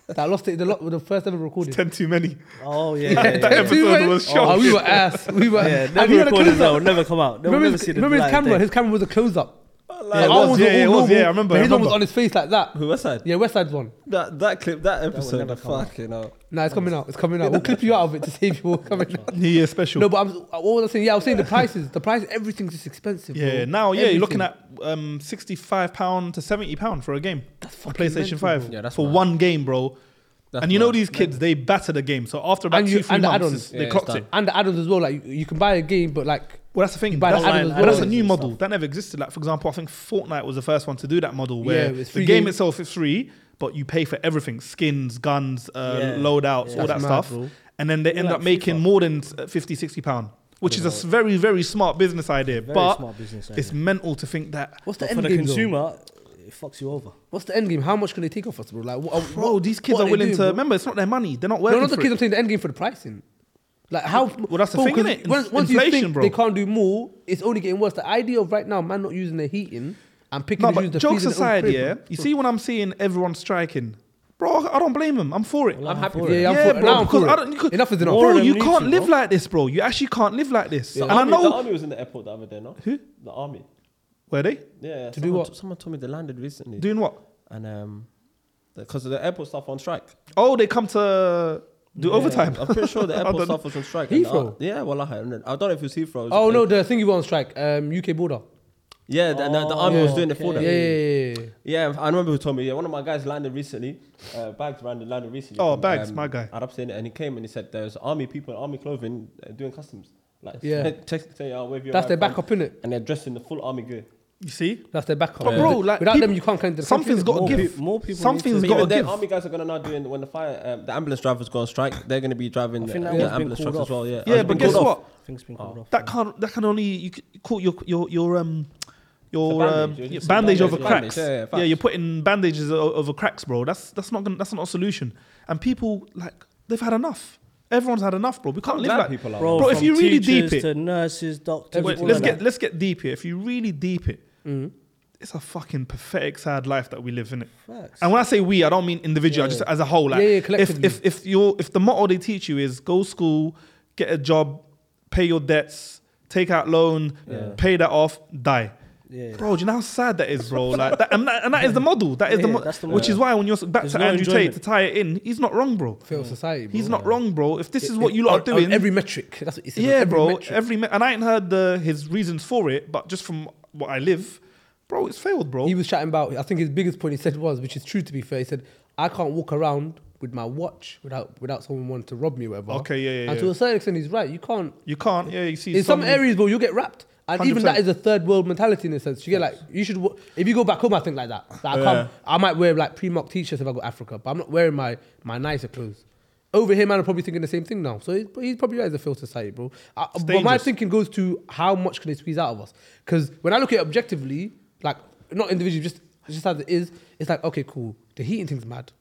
A: that lost tape, the, lo- the first ever recorded.
B: 10 too many.
E: Oh yeah. yeah, yeah.
B: That episode was
A: Oh, we
B: shocking.
A: were ass. We were.
E: Yeah,
A: and he
E: never
A: had a
E: recorded
A: close-up.
E: that. Would never come out. They would
A: Remember,
E: never
A: his,
E: see the
A: remember his
E: light
A: camera?
E: day.
A: His camera was a close up.
D: Like,
B: Yeah,
A: ours
B: it Oh, was,
A: were
B: yeah,
A: all
B: it was,
A: normal,
B: yeah, I remember,
A: but
B: I
A: His one was
B: remember.
A: on his face like that.
D: who was that?
A: Yeah, West Side's one.
D: That that clip, that episode.
E: never
D: of
E: come out.
D: fuck, you know.
A: Nah, it's coming out. It's coming out. We'll clip you out of it to save you all coming out.
B: Yeah, yeah, special.
A: No, but I'm, what was I saying? Yeah, I was saying the prices. The price, everything's just expensive.
B: yeah,
A: bro.
B: now, yeah, you're looking
A: Everything.
B: at um, £65 to £70 for a game. That's on
A: fucking
B: PlayStation
A: mental,
B: 5.
D: bro. Yeah, that's
B: for
D: mad.
B: one game, bro.
D: That's
B: and you know
D: mad.
B: these kids, they batter the game. So after about
A: And
B: two,
A: you-
B: three
A: and the
B: months,
A: add-ons.
B: they
D: Yeah, it's
B: clocked
D: done.
B: it.
A: And the add-ons as well. Like you, you can buy a game, but like
B: Well, that's the thing.
A: buy the
B: That's,
A: add-ons
E: online
A: as
B: well, that's
A: well.
B: a
E: add-ons
B: new
E: and
B: model
E: stuff.
B: that never existed. Like for example, I think Fortnite was the first one to do that model
A: Yeah,
B: where
A: it's
B: the
A: free
B: game
A: game.
B: itself is free, but you pay for everything: skins, guns, uh,
E: Yeah.
B: loadouts,
E: Yeah.
B: all
A: That's
B: that
A: mad,
B: stuff.
A: bro.
B: And then they end
E: like
B: up making
E: FIFA.
B: more than uh, 50, 60 pound, which is a s- very, very smart business idea.
E: Very
B: but
E: smart business.
B: it's
E: idea.
B: mental to think that.
A: what's the
E: But
A: end
E: for the
A: game? though?
E: consumer, it fucks you over.
A: What's the end game? How much can they take off us, bro? Like, what,
B: Bro,
A: what-
B: these kids
A: what
B: are willing
A: doing,
B: to.
A: bro?
B: Remember, it's not their money. They're not working.
A: No, not the
B: for
A: kids. I'm
B: it.
A: saying the end game for the pricing. Like how? Well,
B: that's the thing, innit?
A: Once, once you
B: Inflation,
A: think
B: bro.
A: they can't do more, it's only getting worse. The idea of right now, man, not using their heating and picking
B: No,
A: and
B: but
A: choosing the
B: jokes
A: freezing and all
B: aside,
A: three,
B: yeah.
A: bro.
B: You see, when I'm seeing everyone striking, bro, I don't blame them. I'm for it.
D: I'm happy.
E: for
D: for
A: Yeah,
D: it.
A: yeah, I'm
B: Yeah,
A: for,
B: bro,
A: now I'm
B: because
A: for
B: I
A: it.
B: don't- you could-
A: enough is enough.
E: More
B: Bro,
E: than
B: you
E: need
B: can't
E: to,
B: live
E: bro.
B: like this, bro. You actually can't live like this.
D: The
B: And I
D: army- The
B: know
D: army was in the airport the other day, no?
B: Who?
D: The army.
B: were they
D: Yeah.
A: To do
D: someone
A: what?
D: t- someone told me they landed recently.
B: doing what?
D: and um, because the airport staff on strike.
B: Oh, they come to do
D: Yeah,
B: overtime.
D: I'm pretty sure the
B: I
D: airport
B: don't-
D: staff was on strike. and the-
A: Heathrow?
D: yeah, well, I don't know. I don't know if it was Heathrow.
A: Oh no,
D: Uh,
A: the thing you were on strike, um, UK border.
D: Yeah, the, the, the
E: Oh,
D: army was doing it
E: okay.
D: for
A: Yeah,
D: them.
A: yeah, yeah, yeah.
D: Yeah, I remember who told me. Yeah, one of my guys landed recently. Uh, bags landed landed recently.
B: Oh,
D: from,
B: Bags, my guy.
D: Arab saying it, and he came and he said there's army people, in army clothing uh, doing customs. Like,
A: Yeah.
D: check, say, uh, wave your
A: That's their
D: right thumb.
B: um,
A: backup, innit?
D: and they're dressed in the full army gear.
B: You see,
A: That's their backup.
B: But bro, like,
A: without
B: people-
A: them, you can't claim the
B: something's
A: country, innit?
B: got to
E: More
B: give.
E: peop- more people
B: something's
E: need to-
D: But
B: got
D: even
B: to
D: then,
B: give.
D: army guys are gonna now doing when the fire, um, the ambulance drivers go on strike. They're gonna be driving
E: I
D: the,
E: think that
D: the
E: one's been
D: ambulance
E: called
D: trucks as well. Yeah,
B: Yeah,
D: It's
B: but
D: been
B: guess
D: called off.
B: what?
E: Things been called off.
B: That can't. That can only you c- call your your your um your
D: bandage,
B: um,
D: you're
B: bandage,
D: just-
B: over
D: bandage,
B: cracks.
D: yeah, yeah,
B: Yeah,
D: facts.
B: you're putting bandages o- over cracks, bro. That's that's not gonna, that's not a solution. And people like they've had enough. Everyone's had enough, bro. We can't live
D: glad
B: like
D: people are
E: Bro,
B: Bro, if
E: from
B: you really deep
E: teachers
B: it-
E: to nurses, doctors,
B: Wait,
E: all
B: let's
E: of
B: get
E: that.
B: let's get deep here. If you really deep it,
A: Mm.
B: it's a fucking pathetic, sad life that we live in. It.
E: Facts.
B: And when I say we, I don't mean individual. I just as a whole. Like,
A: Yeah, yeah,
B: if
A: collectively.
B: if if your if the motto they teach you is go school, get a job, pay your debts, take out loan, pay that off, die.
E: Yeah.
B: Bro, do you know how sad that is, bro? Like, that, and, that, and that is the model. That is the,
E: Yeah,
B: mo-
E: that's the
B: which
E: model.
B: is why when you're s- back
E: There's
B: to
E: no
B: Andrew Tate
E: enjoyment.
B: to tie it in, he's not wrong, bro.
A: Fail society. Bro.
B: He's not wrong, bro. If this is
A: It-
B: what
A: it-
B: you lot are
A: on- on
B: doing,
A: Every metric. That's what he said. on
B: yeah,
A: every
B: bro.
A: metric.
B: Every me- and I ain't heard the, his reasons for it, but just from what I live, bro, it's failed, bro.
A: He was chatting about. I think his biggest point he said was, which is true to be fair. He said, "I can't walk around with my watch without without someone wanting to rob me, or whatever."
B: Okay, yeah, yeah,
A: And
B: yeah.
A: to a certain extent, he's right. You can't.
B: you can't. Yeah, you see.
A: in some areas, bro, you'll get wrapped. And even
B: 100%.
A: that is a third world mentality in a sense. You get like, you should, wa- if you go back home, I think like that. Like, I,
B: Yeah.
A: can't, I might wear like pre mock t shirts if I go to Africa, but I'm not wearing my, my nicer clothes. Over here, man, I'm probably thinking the same thing now. So he's, he's probably right as a failed society, bro. I,
B: It's
A: but my
B: dangerous.
A: thinking goes to how much can they squeeze out of us? Because when I look at it objectively, like, not individually, just, just as it is, it's like, okay, cool. The heating thing's mad.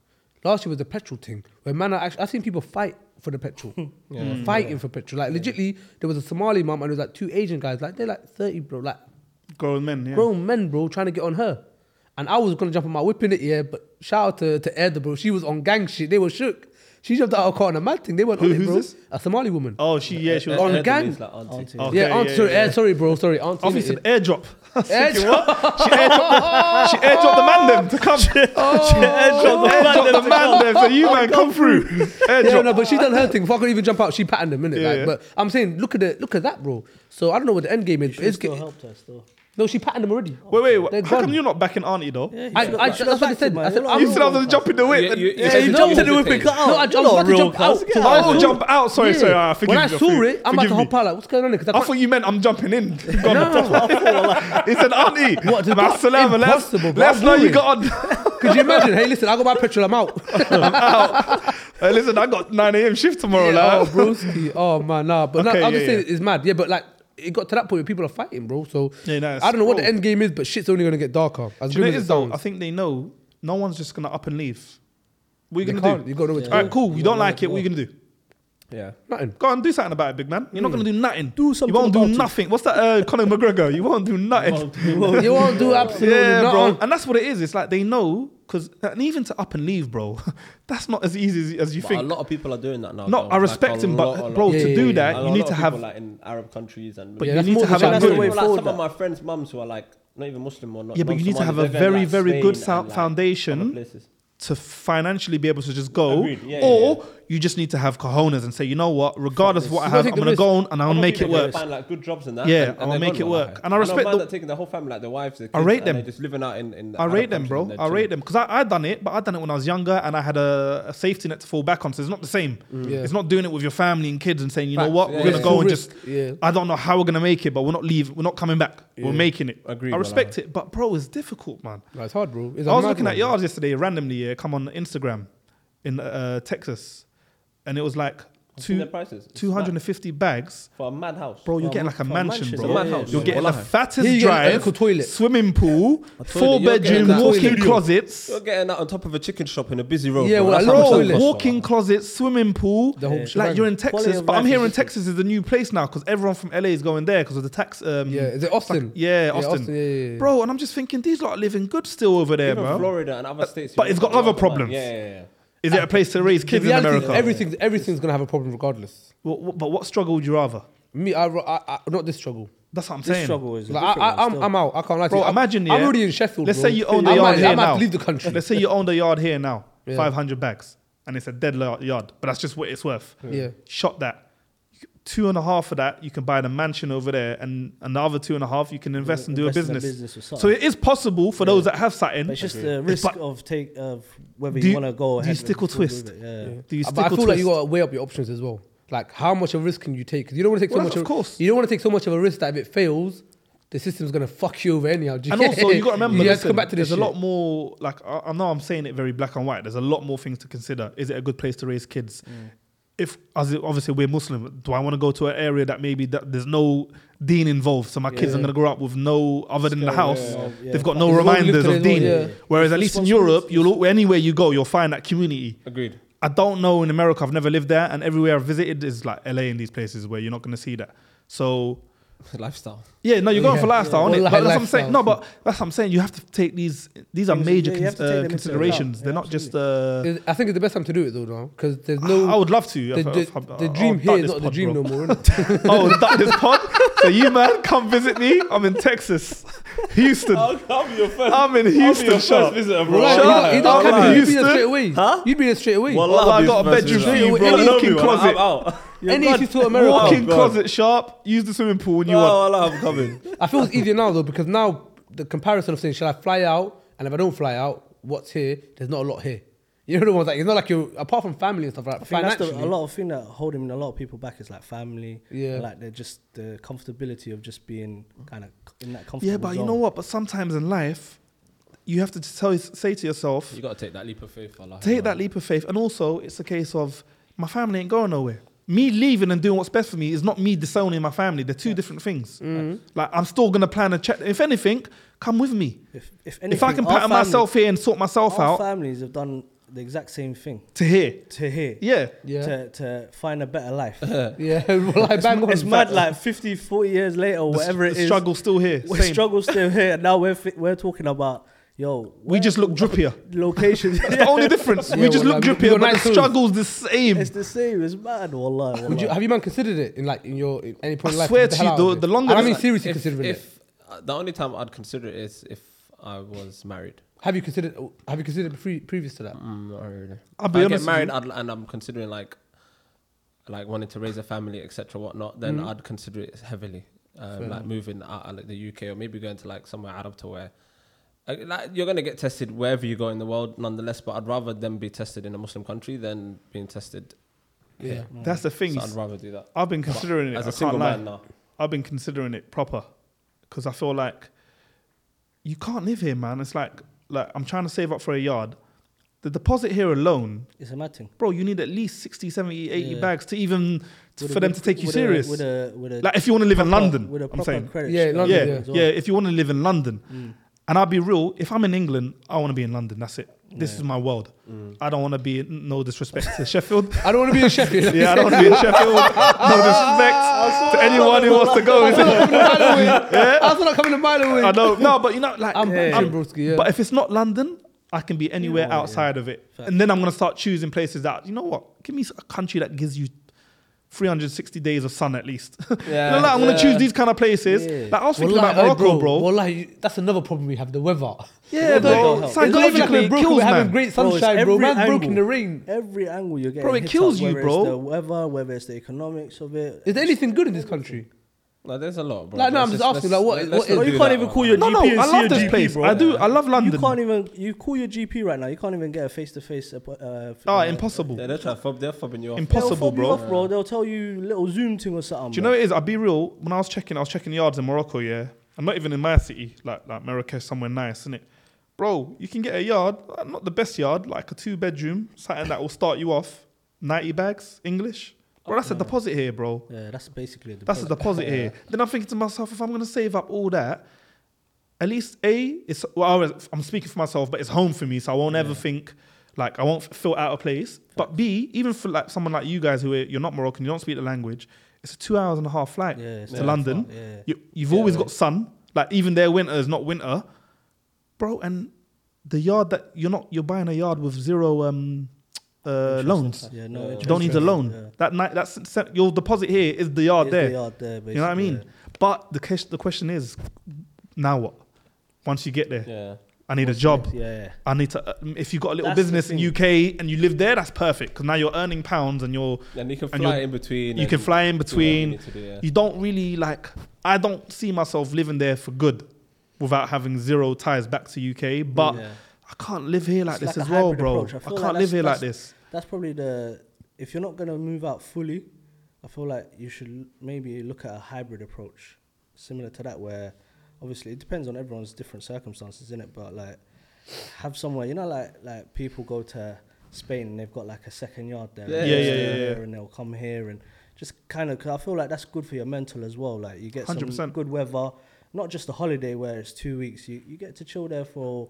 A: Last year was the petrol thing, where man, I actually, I've seen people fight for the petrol, fighting for petrol. Like, legitly, there was a Somali mum and there was like two Asian guys, like they're like thirty, bro, like
B: grown men. Yeah.
A: grown men, bro, trying to get on her. And I was gonna jump on my whip in it, yeah. But shout out to to Edda, bro. She was on gang shit. They were shook. She jumped out of a car on a mad thing. They weren't on
B: Who-
A: it,
B: who's
A: bro.
B: this?
A: A Somali woman.
B: Oh, she yeah, she was.
A: on
D: Air-
A: the
D: Air
A: gang.
D: Denise, like, auntie.
E: Auntie.
B: Oh,
A: yeah,
B: okay,
A: auntie,
B: yeah,
A: sorry,
B: yeah,
A: eh,
B: yeah.
A: sorry, bro, sorry, auntie.
B: Obviously,
A: innit?
B: it's airdrop.
A: Air
B: Thinking, what? She airdropped, she airdropped the man them to come. She
A: Oh.
B: airdropped the man them. The man them. So you man come through.
A: Yeah,
B: Airdrop.
A: no, but she done her thing. If I could even jump out, she patterned them, innit?
B: Yeah,
A: like,
B: yeah.
A: But I'm saying, look at the, look at that, bro. So I don't know what the end game is. But
E: She
A: it's
E: still
A: get,
E: helped us though.
A: no, she patterned them already.
B: Wait, wait. wait.
A: They're
B: How come
A: gone.
B: you're not backing Auntie though?
A: I, I,
E: She
A: that's what I
E: backed
A: said.
E: him,
A: I said,
E: man.
A: I'm
B: You said I was gonna jump in the whip.
D: You- you- you
B: Yeah,
D: said
B: you
D: you
A: no,
D: jumped
A: no,
D: in the whip.
A: no, I, I was
E: You're
A: about
E: not
A: to
E: a
A: jump
E: real
A: out.
E: cuss.
A: because I
B: Oh,
A: saw
B: jump
A: it.
B: out. Sorry,
A: Yeah.
B: sorry. Uh, forgive
A: when I
B: me,
A: saw it,
B: forgive-
A: I'm about
B: forgive
A: to
B: me.
A: hop out. Like, what's going on? Because I
B: I
A: can't.
B: thought you meant I'm jumping in. Gone. he said, Auntie.
A: What, the-
B: "Ma salama, let's,
A: impossible, bro.
B: let's
A: I'm
B: know you
A: worried.
B: got on.
A: Could you imagine? Hey, listen, I got my petrol. I'm out.
B: I'm out. Hey, Uh, listen, I got 9 a.m. shift tomorrow.
A: oh,
B: like.
A: broski. Oh man, nah. But
B: Okay,
A: no, I'll
B: yeah,
A: just say
B: yeah.
A: it's mad. Yeah, but like it got to that point where people are fighting, bro. So
B: Yeah, nah, it's
A: I don't know what the
B: cool.
A: end game is, but shit's only gonna get darker. As
B: Do
A: grim
B: you
A: as
B: know what it
A: it
B: is though?
A: sounds.
B: I think they know no one's just gonna up and leave. What are
A: They
B: you
A: can't.
B: gonna
A: You
B: do?
A: gotta know what to
B: All right,
A: do.
B: cool. You
D: You
B: don't
D: gotta
B: like
D: know
B: it. What are you gonna do?
D: Yeah.
A: Nothing.
B: Go on, do something about it, big man. You're not gonna do nothing.
E: Do something
B: You won't do
E: about it.
B: nothing. What's that, uh, Conor McGregor? You won't do nothing.
A: you won't do absolutely
B: Yeah, bro.
A: nothing.
B: And that's what it is. It's like they know because, and even to up and leave, bro, that's not as easy as, as you
D: But a
B: think.
D: lot of people are doing that now.
B: No,
D: though.
B: I respect
D: like, a
B: him,
D: lot, a
B: but
D: lot.
B: bro,
A: Yeah,
B: to
A: yeah,
B: do
A: yeah.
B: that,
D: A
B: you
D: lot
B: need
D: of
B: to
D: people,
B: have.
D: like in Arab countries and
A: But yeah,
B: you
A: that's
B: need
A: more
B: to
A: the
B: have a
A: challenge.
B: good-
A: That's the way
D: Well, like,
E: forward,
D: some of
E: that.
D: my friends' mums who are like not even Muslim or not.
B: yeah, but you need to have a very, very good sou- foundation to financially be able to just go,
D: Agreed. Yeah, yeah,
B: or you just need to have cojones and say, you know what, regardless of what I
A: You gotta
B: have,
A: take
B: I'm
A: the
B: gonna
A: risk.
B: go on and I'll make it work.
D: Find like good jobs and that.
B: Yeah,
D: and- and
B: I'll
D: they're
B: make
D: gone
B: it
D: like
B: work.
D: that.
B: And I respect
D: know,
B: the-
D: man that taking the whole family, like the wives, the kids,
B: I rate
D: and they're
B: them.
D: Just living out in. in the
B: I
D: Arab
B: rate them,
D: countries
B: bro.
D: and they're
B: I rate
D: chilling.
B: them because I, I done it, but I done it when I was younger, and I had a, a safety net to fall back on. So it's not the same.
A: Mm. Yeah.
B: It's not doing it with your family and kids and saying, you know
A: Facts.
B: what,
D: Yeah,
B: we're gonna
D: yeah.
B: go
A: Full
B: and
A: risk.
B: just.
A: Yeah.
B: I don't know how we're gonna make it, but we're not leaving. We're not coming back. We're making it. I
D: Agreed, man,
B: respect it, but bro, it's difficult, man.
A: No, it's hard, bro. It's
B: I was
A: mad
B: looking
A: one,
B: at yards yesterday randomly. Yeah, come on Instagram, in uh, Texas, and it was like
D: I've seen
B: two
D: their prices. It's
B: two hundred and fifty bags.
D: mad. for a mad house.
B: Bro, you're
E: For a
B: getting
E: ma-
B: like a
E: for a
B: mansion,
E: mansion,
B: bro.
E: it's a
D: mad house,
B: You're
D: yeah.
B: getting the
D: Wallahi.
B: fattest
A: Here you get an
B: drive,
A: electrical toilet.
B: swimming pool, four
D: you're getting
B: bedroom,
D: that
B: walk-in
D: studio.
B: closets.
D: You're getting out on top of a chicken shop in a busy road.
A: Yeah,
D: bro.
A: well,
D: That's
A: I
D: how
A: love
D: much
B: Bro,
A: the
D: it
A: toilet.
D: costs,
B: walk-in
D: bro.
B: closet, swimming pool.
A: The whole
B: Like
A: shebang.
B: you're in
E: Quality
B: Texas,
E: of
B: but I'm
E: life
B: hearing
E: is
B: Texas is the new place now because everyone from LA is going there because of the tax. Um,
A: Yeah, is it Austin?
B: yeah, Austin.
A: yeah, yeah, yeah.
B: Bro, and I'm just thinking these lot are living good still over there,
D: Even
B: bro.
D: Florida and other states.
B: but
D: you
B: it's
D: know,
B: got other
D: man.
B: problems.
D: Yeah, yeah, yeah.
B: Is it a place to raise
A: The
B: kids in
A: reality is
B: America?
A: everything, everything's gonna have a problem regardless.
B: Wha- wha- but what struggle would you rather?
A: Me, I, I, I not this struggle.
B: That's what I'm
E: This
B: saying.
E: struggle is. a
A: Like, I,
E: different
A: I,
E: one
A: I'm,
E: still.
A: I'm out. I can't lie to
B: Bro,
A: you. I'm-
B: imagine,
A: I'm
B: yeah,
A: already in Sheffield.
B: Let's
A: bro.
B: say you own the
A: I
B: yard
A: might,
B: here
A: I might
B: now.
A: have to leave the country.
B: Let's say you own the yard here now,
A: Yeah.
B: 500 bags, and it's a dead lo- yard, but that's just what it's worth.
A: Yeah.
B: Shot that. Two and a half of that, you can buy the mansion over there, and another two and a half, you can invest and do
E: Invest
B: a
E: in
B: business.
E: or something.
B: So it is possible for those that have sat in.
E: But it's just the
B: It's
E: risk
B: but-
E: of take of whether
B: Do
E: you,
B: you-
E: want to go
B: do you
E: ahead.
B: stick or
E: and forward
B: twist?
E: with it, Yeah.
B: do you
A: But
B: stick
A: I
B: or
A: feel
B: twist?
A: like you gotta weigh up your options as well. Like how much of a risk can you take? 'Cause you don't want to take
B: Well,
A: so much.
B: that's-
A: Of,
B: of course.
A: You don't want to take so much of a risk that if it fails, the system's gonna fuck you over anyhow. Do you
B: and also, you got to remember,
A: you have to
B: listen,
A: come back to this.
B: there's a
A: shit.
B: lot more. Like I, I know I'm saying it very black and white. There's a lot more things to consider. Is it a good place to raise kids?
A: Mm.
B: If as it- obviously we're Muslim, do I want to go to an area that maybe that there's no dean involved, so my kids are going to grow up with no other than the
E: Still,
B: house?
E: yeah, yeah.
B: They've got
A: It's
B: no
A: all
B: reminders
A: literally
B: of
A: all-
B: dean.
A: yeah.
B: Whereas at least in Europe, you'll anywhere you go, you'll find that community.
D: Agreed.
B: I don't know in America. I've never lived there, and everywhere I've visited is like LA and these places where you're not going to see that. So
D: Lifestyle.
B: yeah, no, you're going
A: Yeah.
B: for lifestyle,
A: Yeah.
B: is it?
A: Or
B: But
A: like
B: that's what I'm saying. No,
A: lifestyle.
B: but that's what I'm saying. You have to take these. These are
E: Things-
B: major
E: yeah, you
B: cons-
E: have to take them
B: uh,
E: into
B: considerations.
E: account. Yeah,
B: They're not just. Uh,
A: It's- I think it's the best time to do it though, now because there's
B: I
A: no.
B: would love to.
A: The,
B: I've-
A: the,
B: I've-
A: the
B: I'll
A: dream
B: duck
A: here is
B: this
A: not the
B: pod,
A: dream
B: bro.
A: no more. innit?
B: oh, duck this pod. So you man, come visit me. I'm in Texas, Houston.
D: I'll be your first.
B: I'm in Houston. Shop.
D: visitor,
A: Bro, like, you don't- you
B: I'll
A: don't come
B: lie.
A: here, You'd be there
B: Houston?
A: straight away. You'd be there straight away.
D: Well,
B: Wallah, I
D: I'll
B: got a
D: be first
B: bedroom for
A: visitor.
B: you,
A: Any-
B: bro.
A: any-
B: Walking
D: I'm
B: closet,
D: out.
A: Any issue to America?
B: walking
D: God.
B: closet sharp. Use the swimming pool when you
D: No,
B: want.
D: Wallah, I'm coming.
A: I feel it's easier now though because now the comparison of saying shall I fly out and if I don't fly out, what's here? There's not a lot here. You know the ones like it's not like you apart from family and stuff like
E: I
A: that.
E: think that's
A: Financially,
E: the, a lot of thing that holding a lot of people back is like family.
A: Yeah.
E: and, Like they're just the comfortability of just being kind of in that comfortable.
B: Yeah, but you
E: zone.
B: know what? But sometimes in life, you have to tell, say to yourself,
D: You gotta take that leap of faith, Allah.
B: take that leap of faith. And also, it's a case of my family ain't going nowhere. Me leaving and doing what's best for me is not me disowning my family. They're two different things.
A: Mm-hmm.
B: Like I'm still gonna plan a check. If anything, come with me.
E: If if,
B: if I
E: anything,
B: can
E: our
B: pattern
E: family-
B: myself here and sort myself
E: our
B: out
E: families have done the exact same thing
B: to here,
E: to here.
B: yeah.
A: yeah,
E: To, to find a better life.
A: yeah. well, like, bang on.
E: it's mad like 50, 40 years later or
B: The s-
E: whatever
B: the
E: it is.
B: struggle's still here.
E: We're
B: Same.
E: struggle's still here, and now we're fi- we're talking about yo,
B: We
E: where-
B: just look drippier.
E: locations.
B: That's the only difference.
A: Yeah,
B: we just
A: well,
B: look
A: like, we
B: drippier,
A: got
B: but the
A: nice clothes.
B: struggle's the same.
E: it's the same. It's mad. Wallah. wallah.
A: Would you, have you man considered it in like in your in any point
B: I
A: in life?
B: swear
A: Get
B: to you,
A: hell out of
B: the-
A: it.
B: the longer
A: I
B: this-
A: mean, seriously
D: if,
A: considering it.
D: if uh, the only time I'd consider it is if I was married.
A: Have you considered? Have you considered pre- previous to that?
D: Mm, not really.
B: I'll
D: If
B: be
D: I
B: honest
D: get
B: with
D: married
B: you.
D: I'd, and I'm considering like, like wanting to raise a family, etc., whatnot. Then
B: Mm-hmm.
A: Mhm.
D: I'd consider it heavily, um, like moving out of like the UK or maybe going to like somewhere Arab to where. uh, Like you're gonna get tested wherever you go in the world, nonetheless. But I'd rather them be tested in a Muslim country than being tested.
A: Yeah.
B: That's the thing.
D: So I'd rather do that.
B: I've been considering it.
D: As
B: I
D: a
B: can't
D: single
B: lie.
D: man now,
B: I've been considering it proper because I feel like you can't live here, man. It's like like I'm trying to save up for a yard. The deposit here alone,
E: It's a mad thing.
B: bro, you need at least 60, 70, 80
E: Yeah.
B: bags to even
E: With a-
B: for them
E: with-
B: to take you
E: with
B: serious.
E: A, with a with a
B: like if you want to live in
E: proper-
B: London,
E: With a
B: I'm
E: proper
B: saying.
E: credit.
A: Yeah,
E: score
A: London,
B: yeah,
E: as well.
B: yeah. If you want to live in London,
E: Mm.
B: and I'll be real, if I'm in England, I want to be in London. That's it. This
E: Yeah. Mm.
B: is my world. I don't want to be. in- No disrespect to Sheffield.
A: I don't want to be a chef. You know?
B: Yeah, I don't want to be in Sheffield. No disrespect to anyone who wants to go.
A: I thought not coming a mile away. I thought not coming a mile away.
B: I know. No, but you know, like,
A: I'm
B: I'm-
A: yeah. Broski, yeah.
B: but if it's not London, I can be anywhere
E: Yeah,
B: outside of it.
E: Fair.
B: And then I'm gonna start choosing places that you know what? Give me a country that gives you 360 days of sun at least. You know, like, I'm gonna choose these kind of places.
E: Yeah.
B: Like I was thinking
A: Wallahi,
B: about Morocco,
A: hey,
B: bro.
A: Wallahi, you- that's another problem we have the weather.
B: Yeah,
E: It don't
B: bro.
E: help.
A: It's not even like
B: Psychologically,
A: we're
B: it
A: broke,
B: kills
A: we're having
B: man.
A: great
E: Bro, it's
A: sunshine, bro.
E: every
A: Man's broke in
E: angle.
A: the rain.
E: Every angle you're getting.
B: Bro, it
E: hit
B: kills
E: at,
B: you,
E: whether
B: bro.
E: It's the weather, whether it's the economics of it.
A: Is there anything good in this country?
D: no, there's a lot, bro.
A: Like, no, I'm
D: Let's
A: just asking, like, what-
D: let's
A: what
D: not
A: is-
E: Bro,
D: do
E: you can't
D: that
E: even
D: one.
E: call your
B: No,
E: GP
B: no,
E: and
B: I
E: see
B: love
E: your
B: this
E: GP,
B: place.
E: bro.
B: I do. I love London.
E: You can't even. You call your GP right now. You can't even get a face-to-face. app- Uh,
B: Ah,
E: uh,
B: impossible.
D: Yeah, they're trying to fob, they're fobbing you off.
B: Impossible.
E: They'll fob you
B: bro.
E: off, bro. They'll tell you little Zoom thing or something.
B: Do you know
E: bro.
B: what it is? I'll be real. When I was checking, I was checking yards in Morocco, yeah. I'm not even in my city, like like Marrakesh, somewhere nice, innit? Bro, you can get a yard, uh, not the best yard, like a two bedroom, something that will start you off. 90 bags, English. Bro, that's a deposit here, bro.
E: Yeah, that's basically.
B: That's a deposit here. Then I'm thinking to myself, if I'm gonna save up all that, at least A, it's well, I was- I'm speaking for myself, but it's home for me, so I won't ever think like I won't f- feel out of place. But B, even for like someone like you guys who are, you're not Moroccan, you don't speak the language, it's a two hours and a half flight
E: Yeah, it's
B: to
E: not
B: London.
E: far, yeah.
B: You, you've
D: Yeah,
B: always
D: right.
B: got sun. Like even their winter is not winter, bro. And the yard that you're not you're buying a yard with zero um, uh, loans.
E: Yeah,
D: Yeah.
E: no.
B: You don't need a loan. That night, that's your deposit here is the yard there.
E: They are there.
B: You know what I
E: basically,
B: mean? But the ques- the question is, now what? Once you get there,
D: Yeah.
B: I need a job.
E: Yeah. Yeah.
B: I need to. um, If you've got a little
E: That's the
B: business in
E: thing.
B: UK and you live there, that's perfect because now you're earning pounds and you're
D: And you can
B: And
D: fly
B: you'll-
D: in between.
B: you can
D: and
B: fly in
D: do whatever you
B: between.
D: need to do, yeah.
B: You don't really like. I don't see myself living there for good, without having zero ties back to UK. But
E: Yeah.
B: I can't live here like
E: It's
B: this
E: like
B: as
E: a
B: well,
E: hybrid
B: bro. I,
E: approach. I feel
B: can't
E: like
B: live
E: that's-
B: here like
E: that's-
B: this.
E: that's probably the if you're not gonna move out fully, I feel like you should l- maybe look at a hybrid approach, similar to that, where obviously it depends on everyone's different circumstances, in it. But like, have somewhere you know, like like people go to Spain and they've got like a second yard there, and
D: Yeah,
E: they'll
B: yeah,
E: stay
B: yeah, yeah,
E: there
B: yeah.
E: and they'll come here and just kind of. Cause I feel like that's good for your mental as well. Like you get some
B: 100%.
E: good weather, not just a holiday where it's two weeks. You you get to chill there for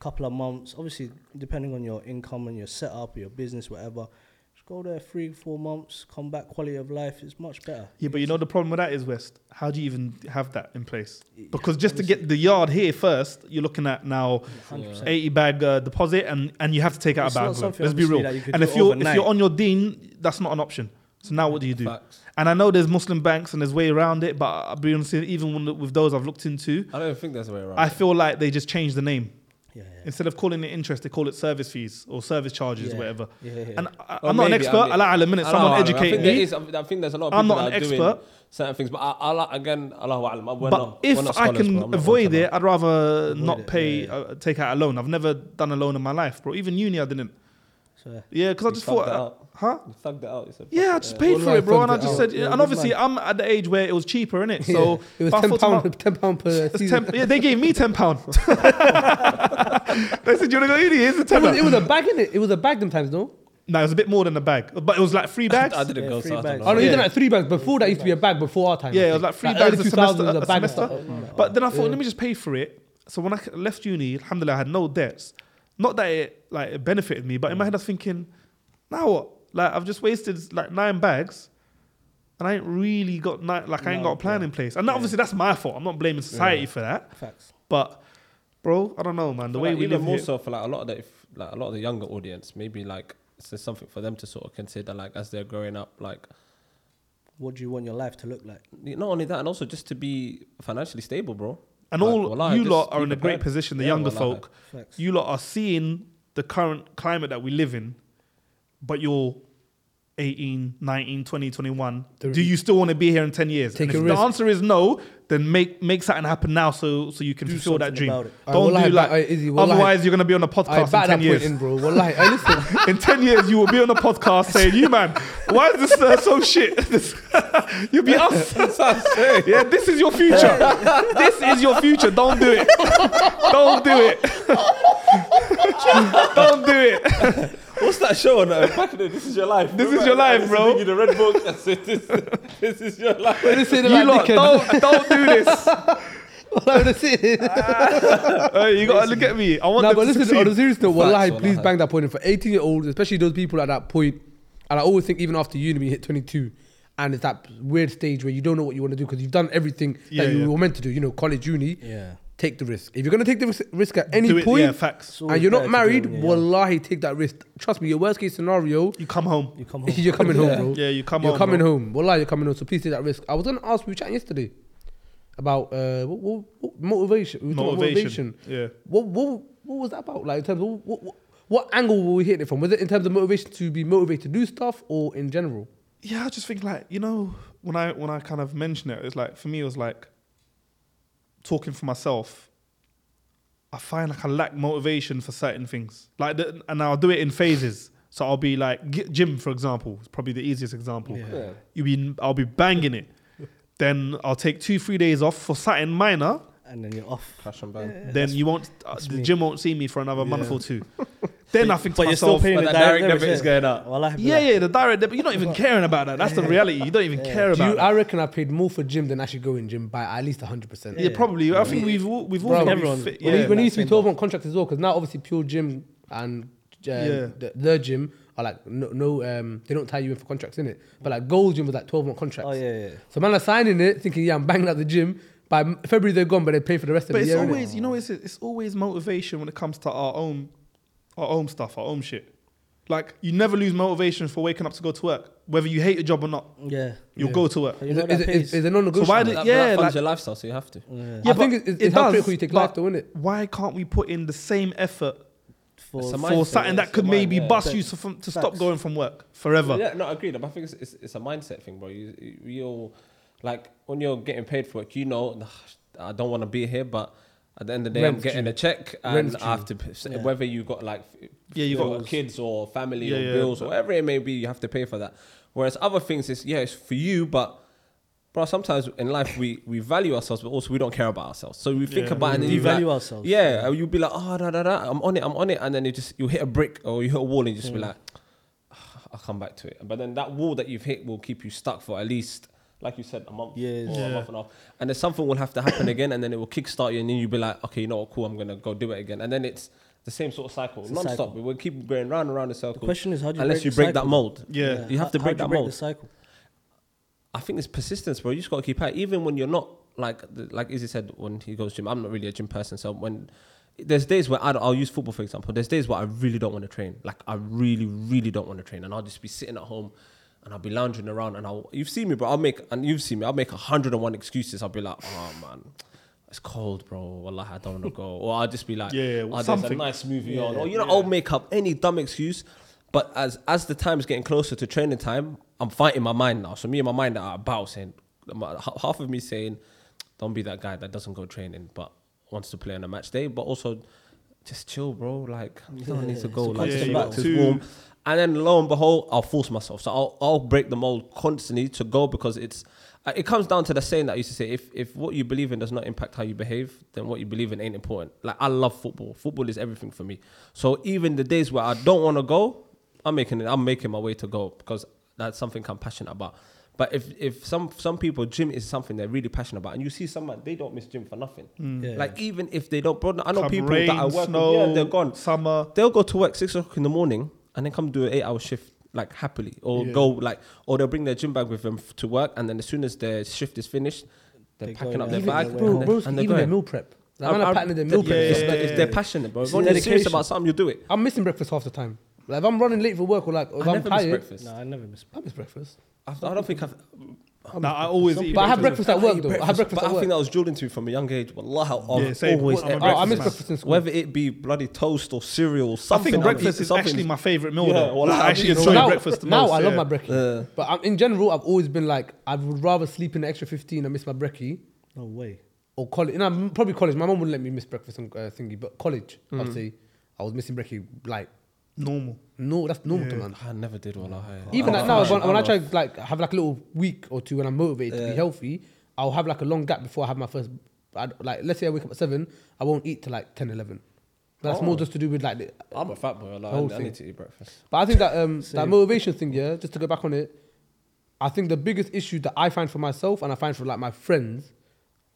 E: couple of months. Obviously, depending on your income and your setup, your business, whatever. Just go there three, four months, come back. Quality of life is much better.
B: Yeah, but you know the problem with that is West. How do you even have that in place?
E: Yeah,
B: Because just to
E: obviously.
B: get the yard here first, you're looking at now
E: 100%.
B: 80 bag uh, deposit and, and you have to take out
E: It's
B: a
E: not
B: bag. loan.
E: something
B: Let's be
E: obviously
B: real.
E: that you could
B: And
E: do
B: if you're if
E: overnight.
B: you're on your dean, that's not an option. So now what do you do?
D: Facts.
B: And I know there's Muslim banks and there's way around it, but I'll be honest, with you, even when- with those I've looked into,
D: I don't even think there's a way around.
B: I
D: it.
B: feel like they just changed the name.
E: Yeah, yeah.
B: Instead of calling it interest, they call it service fees or service charges,
E: Yeah.
B: whatever.
E: Yeah, yeah, yeah.
B: And I,
D: Or
B: I'm not an
D: maybe,
B: expert.
D: I mean-
B: Allah Alam, innit?
D: I don't know,
B: Someone
D: I don't know.
B: educate
D: I think,
B: me.
D: there is, I think there's a lot of people
B: I'm not
D: that
B: an
D: are doing
B: expert.
D: certain things, but I, I like, again, Allahu Alam. We're
B: but
D: not,
B: if
D: we're not
B: I
D: scholars, bro. I'm
B: can
D: not
B: avoid
D: ultra-
B: it, I'd rather
E: Avoid
B: not
E: it,
B: pay,
E: yeah, yeah.
B: Uh, take out a loan. I've never done a loan in my life, bro. Even uni, I didn't.
E: So,
B: Yeah, because I
D: You
B: just
D: thugged
B: thought,
D: it
B: uh,
D: out.
B: huh?
D: You thugged it out. You said, fuck
B: Yeah, I
D: it,
B: just paid for
A: Online
B: it, bro. And I
A: thugged it
B: just
A: out.
B: said,
E: Yeah,
B: and
E: good
B: obviously, I'm at the age where it was cheaper, innit? So
A: it was
B: but I
A: ten
B: thought to myself,
A: pound. Ten pound per
B: it's
A: season.
B: 10 yeah, they gave me ten pound. they said, "You wanna go uni? Here's a
A: It
B: ten
A: was, it was a bag in it. It was a bag sometimes, no?
B: No, it was a bit more than a bag, but it was like three bags.
D: I didn't
E: Yeah,
D: go
E: free
D: so I don't
E: bags.
A: Oh no,
D: know.
A: you did
B: Yeah.
A: like three bags. Before that used to be a bag. Before our time. I
B: Yeah,
A: think.
B: it was like three
A: early
B: bags a semester.
A: 2000s,
B: A semester. But then I thought,
A: Yeah.
B: let me just pay for it. So when I c- left uni, alhamdulillah, I had no debts. Not that it like it benefited me, but in my head I was thinking, now what? Like I've just wasted like nine bags, and I ain't really got ni- like I ain't
E: No,
B: got a plan
E: yeah.
B: in place. And obviously that's my fault. I'm not blaming society for that,
E: facts.
B: but bro. I don't know, man. The way
D: like,
B: we
D: even
B: live
D: more
B: here,
D: so for like a lot of the if, like a lot of the younger audience, maybe like it's just something for them to sort of consider, like as they're growing up, like
E: What do you want your life to look like?
D: not only that, and also just to be financially stable, bro.
B: and
D: Like,
B: all
D: wallah,
B: you
D: just
B: lot
D: be
B: are in a great
D: prepared.
B: position. The
D: Yeah,
B: younger
D: wallah.
B: folk,
E: Facts.
B: you lot are seeing the current climate that we live in, but you're 18, 19, 20, 21.
A: The-
B: Do you still want to be here in 10 years?
A: Take
B: And
A: a
B: if
A: risk.
B: the answer is no, then make make something happen now so so you can
E: Do
B: fulfill that
E: something
B: dream.
E: about it.
A: Aye,
B: Don't
A: wallah,
B: do
A: but-
B: like
A: aye, Izzy, wallah.
B: otherwise you're gonna be on a
A: I
B: podcast
A: back
B: in
A: that
B: ten
A: point
B: years.
A: in, bro. Wallahi, I listen.
B: in 10 years, you will be on a podcast saying, You man, why is this uh, so shit? This- You'll be us. yeah, this is your future. this is your future. Don't do it. Don't do it. Don't do it.
D: What's that show on uh, back in the- This is your life.
B: This is your life, bro.
D: You the red book. I said, this, this is your life.
A: When they say
B: You
A: they're like
B: lot,
A: dickheads,
B: don't, don't do this.
A: when they say-
B: Uh, you gotta look at me. I want
A: No,
B: them
A: but
B: to
A: listen, on
B: succeed.
A: a serious note,
D: Facts,
A: wallahi, please
D: wallahi.
A: bang that point in. For 18 year olds, especially those people at that point, and I always think even after uni, when you hit 22, and it's that weird stage where you don't know what you want to do because you've done everything
B: Yeah,
A: that you
B: yeah.
A: were meant to do, you know, college, uni,
E: Yeah.
A: take the risk. If you're going to take the risk, risk at any
B: do it,
A: point,
B: yeah, facts.
E: It's always
A: and you're not
E: better to do
A: married,
E: it when you're young.
A: wallahi, take that risk. Trust me, your worst case scenario,
B: You come home.
E: You come home.
A: you're coming home, bro.
B: Yeah, you come
A: you're
B: home.
A: coming
B: bro.
A: home. Wallah, you're coming home. So please take that risk. I was going to ask, we were chatting yesterday about uh, what, what, what motivation. We were talking about
B: Motivation.
A: motivation.
B: Yeah.
A: What, what, what was that about? Like, in terms of what, what, what angle were we hitting it from? Was it in terms of motivation to be motivated to do stuff or in general?
B: yeah, I just think like you know when I when I kind of mention it, it's like for me it was like talking for myself. I find like I lack motivation for certain things, like the, and I'll do it in phases. So I'll be like g- gym, for example, is probably the easiest example.
E: Yeah.
B: You be I'll be banging it, then I'll take two three days off for something minor.
E: And then you're off.
D: Crash and burn.
B: then you won't uh, the
E: me.
B: gym won't see me for another month or two. then I think to
E: But you're still
B: myself,
E: paying
D: But
E: the
D: that direct
E: direct
D: debit
E: debit,
D: is going out.
E: Well, I have
B: yeah, yeah, the direct debit. You're not even caring about that. That's the reality. You don't even care
A: Do
B: about.
A: you,
B: that.
A: I reckon I paid more for gym than actually going gym by at least 100%.
B: Yeah, probably. I think we've all, we've all
A: Bro,
B: been
E: everyone-
B: fit-
A: We
B: Yeah.
A: need- we need to be
E: same
A: 12 month contracts as well because now obviously Pure Gym and uh,
B: Yeah.
A: the, the gym are like no, no um, they don't tie you in for contracts in it. But like Gold Gym was like 12 month contracts.
E: Oh, yeah, yeah.
A: So man are signing it thinking yeah I'm banging out the gym. By M- February they're gone, but they pay for the rest of
B: but
A: the
B: it's
A: year. innit?
B: always, you know, it's it's always motivation when it comes to our own, our own stuff, our own shit. Like you never lose motivation for waking up to go to work, whether you hate your job or not.
E: Yeah.
B: You'll
A: Yeah.
B: go to work.
E: But you
A: Is
E: know
A: it, is,
E: that
A: it,
E: pays.
A: is, is it non-negotiable?
B: So why did-
D: That,
B: Yeah,
D: yeah, that funds
B: like-
D: your lifestyle, so you have to.
E: Yeah.
A: I think it's- it's how critical you take life
B: but
A: though, innit?
B: Why can't we put in the same effort
E: For,
D: It's a
B: for
E: for-
D: mindset,
B: something
D: yeah,
B: that
D: it's
B: could
D: your mind,
B: maybe
D: yeah.
B: bust you to, from, to stop
E: Facts.
B: going from work forever?
D: Yeah, no, agreed. But I think it's, it's, it's a mindset thing, bro. You, you- you'll, like, when you're getting paid for it, you know, "Nah, I don't want to be here, but at the end of the day, I'm
A: Rent's
D: getting a check and
A: Rent's
D: I have to, p- s-
E: Yeah.
D: whether you got like, f-
B: Yeah, you got-
D: kids or family
B: Yeah,
D: or
B: yeah.
D: bills or whatever it may be, you have to pay for that. Whereas other things, is yeah, it's for you, but. Bro, sometimes in life we, we value ourselves, but also we don't care about ourselves. So we think
B: Yeah.
D: about it and
E: We
D: then you
E: devalue
D: like,
E: ourselves.
D: Yeah, and you'll be like, oh, da, da, da, I'm on it, I'm on it. And then you just, you hit a brick or you hit a wall and you just be like, "Ah, I'll come back to it. But then that wall that you've hit will keep you stuck for at least, like you said, a month
E: Years.
D: or
B: Yeah.
D: a month and a half. And then something will have to happen again and then it will kickstart you and then you'll be like, okay, you know what, cool, I'm going to go do it again. And then it's the same sort of cycle,
E: It's a
D: non stop.
E: cycle.
D: We will keep going round and round in
E: The
D: circles.
E: question is, how do you
D: Unless
E: break
D: you
E: the
D: break that
E: cycle?
D: mold.
B: Yeah.
D: You have to
E: How-
D: break
E: how do
D: that
E: you
D: mold.
E: the cycle.
D: I think it's persistence, bro. You just gotta keep at it. even when you're not like the- like Izzy said when he goes gym. I'm not really a gym person, so when there's days where I don't- I'll use football for example. There's days where I really don't want to train. Like I really, really don't want to train, and I'll just be sitting at home. And I'll be lounging around, and I'll you've seen me, bro. I'll make and you've seen me. I'll make hundred and one excuses. I'll be like, oh man, it's cold, bro. Wallahi, I don't want to go. Or I'll just be like,
B: Yeah, yeah,
D: oh, there's a
B: something.
D: nice movie on.
B: Yeah,
D: Or you know, I'll make up any dumb excuse. But as as the time's getting closer to training time, I'm fighting my mind now. So me and my mind are about saying my- h- half of me saying, "Don't be that guy that doesn't go training but wants to play on a match day." But also, just chill, bro. Like you don't need to go.
E: it's a
D: Like
E: constant
D: the
E: battle.
D: box is warm. And then lo and behold, I'll force myself. So I'll, I'll break the mold constantly to go because it's uh, it comes down to the saying that I used to say: if if what you believe in does not impact how you behave, then what you believe in ain't important. Like I love football. Football is everything for me. So even the days where I don't want to go, I'm making it. I'm making my way to go because that's something I'm passionate about. But if if some some people gym is something they're really passionate about, and you see someone they don't miss gym for nothing.
E: Yeah.
D: Like even if they don't, bro, I
B: Mm.
D: know
B: Come
D: people
B: rain,
D: that I work
B: snow,
D: with, yeah, they're gone
B: Summer.
D: they'll go to work six o'clock in the morning and then come do an eight hour shift like happily or
B: Yeah.
D: go like or they'll bring their gym bag with them f- to work and then as soon as their shift is finished they're
E: They go
D: packing up
E: in
D: their
E: and
D: bag
E: they're
A: bro,
D: and,
A: bro,
D: they're, and they're
A: even their
D: going.
A: meal prep. Like, man, I'm patterning their meal prep.
B: yeah,
A: It's
D: It's
A: like-
D: like- If they're passionate, bro. If
E: It's
D: you're serious
E: dedication.
D: about something, you do it.
A: I'm missing breakfast half the time. Like if I'm running late for work or like if
D: I
A: am
D: never miss
A: tired,
D: breakfast.
E: No, I never miss.
A: I miss breakfast.
D: I I don't think I've.
B: Nah, I always
A: Some
B: eat
A: people- But I have
B: breakfast.
A: breakfast at work
D: eat
A: though. I have breakfast
D: but
A: at
D: I
A: work.
D: think that was drilled into me from a young age. Wallah, I've
B: Yeah, same.
A: Well,
D: always.
B: I'm a
A: I- I
B: breakfast
A: miss
B: man.
A: breakfast in school.
D: Whether it be bloody toast or cereal,
B: I
D: something.
B: think
D: I'll
B: breakfast
D: eat
B: is
D: something.
B: actually my favorite meal.
D: Yeah,
B: though.
D: well,
B: I
D: I'm
B: actually
D: eating
B: enjoy
A: now,
B: breakfast the
A: now
B: most.
A: I love
B: yeah.
A: my brekkie.
D: Yeah.
A: But um, in general, I've always been like, I would rather sleep in an extra 15 and miss my brekkie
E: No way.
A: or college. No, m- probably college. My mum wouldn't let me miss breakfast and uh, thingy, but college, I'd say I was missing brekkie. Like,
B: normal.
A: no, that's normal to
B: Yeah.
A: man.
D: I never did Wallah.
A: Even
D: I
A: like now,
D: don't-
A: when, when I try
D: don't-
A: to like have like a little week or two when I'm motivated to
D: Oh. Yeah.
A: be healthy, I'll have like a long gap before I have my first. I'd, like, let's say I wake up at seven, I won't eat till like 10, 11. But that's more
D: Oh.
A: just to do with like the,
D: I'm a fat boy. Like,
A: Whole
D: I, I
A: thing.
D: need to eat breakfast.
A: But I think that um, that
E: Same.
A: motivation thing, yeah, just to go back on it, I think the biggest issue that I find for myself and I find for like my friends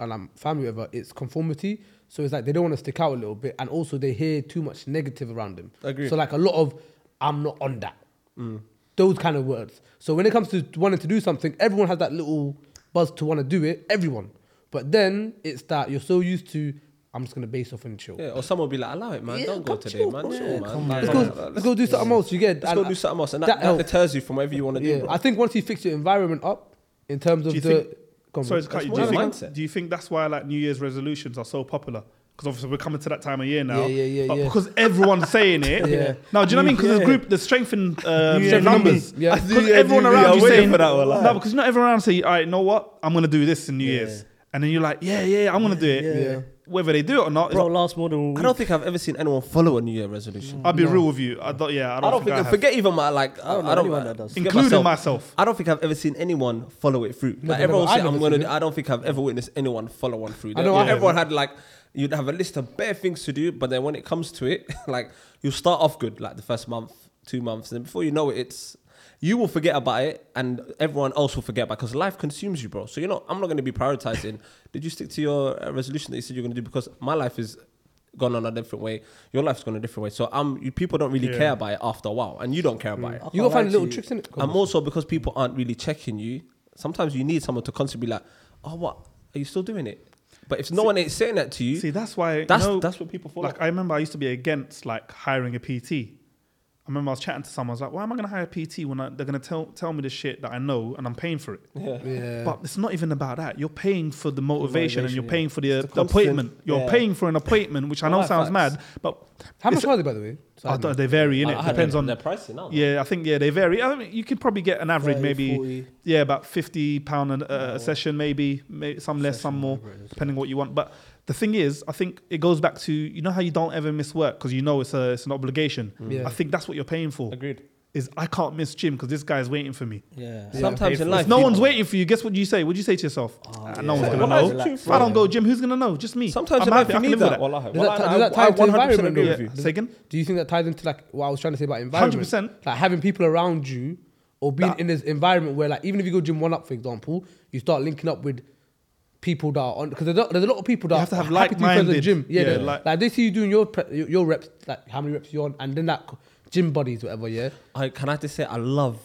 A: and um, family, whatever, it's conformity. So it's like they don't want to stick out a little bit, and also they hear too much negative around them.
D: Agreed.
A: So like a lot of I'm not on that,
D: Mm.
A: those kind of words. So when it comes to wanting to do something, everyone has that little buzz to want to do it. Everyone, but then it's that you're so used to I'm just gonna base off and chill.
D: Yeah, or someone will be like, allow it, man.
A: Yeah,
D: don't go
A: come
D: today,
A: chill,
D: man.
A: bro.
D: Chill,
A: Yeah,
D: man.
E: come
D: Like,
A: Let's
E: on.
A: go,
E: Yeah.
D: like,
A: let's go do something else. You get
D: Let's go do something else. And that,
A: that
D: that,
A: helps.
D: deters you from whatever you want to
A: Yeah,
D: do, bro.
A: I think once you fix your environment up in terms of
B: you
A: the
B: think-
A: Go on,
B: Sorry to
A: bro.
B: cut you.
D: That's
B: Do you,
D: more
B: think,
D: of a mindset.
B: do you think that's why like New Year's resolutions are so popular? Because obviously we're coming to that time of year now.
A: Yeah, yeah, yeah,
B: But
A: yeah.
B: because everyone's saying it.
A: Yeah.
B: Now, do you know what I mean? Because
E: Yeah.
B: the group, the strength in um,
A: Year
B: numbers.
A: numbers. Yeah. I do,
B: Because
A: yeah, I
B: everyone
A: do,
B: around
A: yeah,
B: you
A: I'm waiting
B: saying,
A: for that one, like.
B: no, because you know everyone around say, all right, you know what? I'm gonna do this in New
E: Yeah.
B: Year's, and then you're like, yeah, yeah, I'm gonna do it.
E: Yeah.
A: Yeah.
B: Whether they do it or not,
E: Bro, last more than a
D: I
E: week.
D: don't think I've ever seen anyone follow a New Year resolution.
B: I'll be real with you. I don't. Yeah, I
D: I
B: don't,
D: don't, think,
B: I have.
D: forget even my like. I
E: I don't
D: don't,
E: know
D: I don't
E: anyone that does.
D: forget
B: including
D: myself.
B: myself.
D: I don't think I've ever seen anyone follow it through.
A: No,
D: Like
A: no,
D: everyone
A: no, I've
D: said, I'm
A: never
D: gonna.
A: seen
D: do- I don't think I've ever witnessed anyone follow one through.
A: I know, I-
D: everyone had like, you'd have a list of bare things to do, but then when it comes to it, like you start off good, like the first month, two months, and before you know it, it's you will forget about it, and everyone else will forget about because life consumes you, bro. So you know, I'm not gonna be prioritizing. Did you stick to your uh, resolution that you said you're gonna do? Because my life is gone on a different way. Your life's gone a different way. So um, you, people don't really
B: Yeah.
D: care about it after a while, and you don't care about it.
E: I
A: You
E: can't
A: gotta
E: lie
A: find
E: to
A: little
E: you.
A: tricks in it. Go on.
D: And also because people aren't really checking you, sometimes you need someone to constantly be like, oh, what? Are you still doing it? But if no one ain't saying that to you,
B: See, that's why.
D: that's
B: no-
D: that's what people fall
B: Like
D: like,
B: I remember, I used to be against like hiring a PT. I remember I was chatting to someone. I was like, "Why am I going to hire a PT when I, they're going to tell tell me the shit that I know and I'm paying for it?"
A: Yeah.
B: But it's not even about that. You're paying for the motivation, and
D: motivation,
B: you're
D: yeah.
B: paying for the,
D: It's the
B: the appointment.
D: constant-
B: You're
D: yeah.
B: paying for an appointment, which I know
D: Alright,
B: sounds
D: facts.
B: mad, but
A: How much
B: it's-
A: are they, by the way? So
B: I
A: know.
B: don't, they vary in it. Depends on.
D: their pricing now.
B: Yeah, I think yeah they vary. I mean, you could probably get an average
E: 30,
B: maybe
E: 40.
B: yeah about fifty pound an- uh, a session maybe, may some less some more depending what you want. But the thing is, I think it goes back to you know how you don't ever miss work because you know it's a it's an obligation.
A: Yeah.
B: I think that's what you're paying for.
D: Mm. Agreed.
B: Is I can't miss gym because this guy's waiting for me.
E: Yeah.
D: Sometimes in
B: If
D: life,
B: no
D: people- Oh,
B: one's waiting for you. Guess what you say? What do you say to yourself? Ah,
E: yeah.
B: No one's
E: Yeah.
B: gonna
E: Well,
B: know.
E: that's true,
B: If I don't
E: yeah.
B: go gym, who's gonna know? Just me.
D: Sometimes
B: I'm
D: in life,
B: happy. I
D: you
B: can
D: need
B: live with
D: that.
B: that.
D: Wallahi.
A: Does that- does that tie
D: I
A: into
D: 100%
A: environment,
D: agree
A: though?
D: with you.
B: Yeah. Say again.
A: Do you think that ties into like what I was trying to say about environment?
B: 100%.
A: Like having people around you or being
B: That-
A: in this environment where, like, even if you go gym one up, for example, you start linking up with people that are on because there's, a- there's a lot of people that
B: You have to have
A: are happy to be friends at the
B: like-minded.
A: gym. Yeah,
B: Yeah,
A: they're- like,
B: like-
A: they see you doing your pre- your your reps, like how many reps you're on, and then that co- gym buddies, whatever. Yeah,
D: I, can I just say I love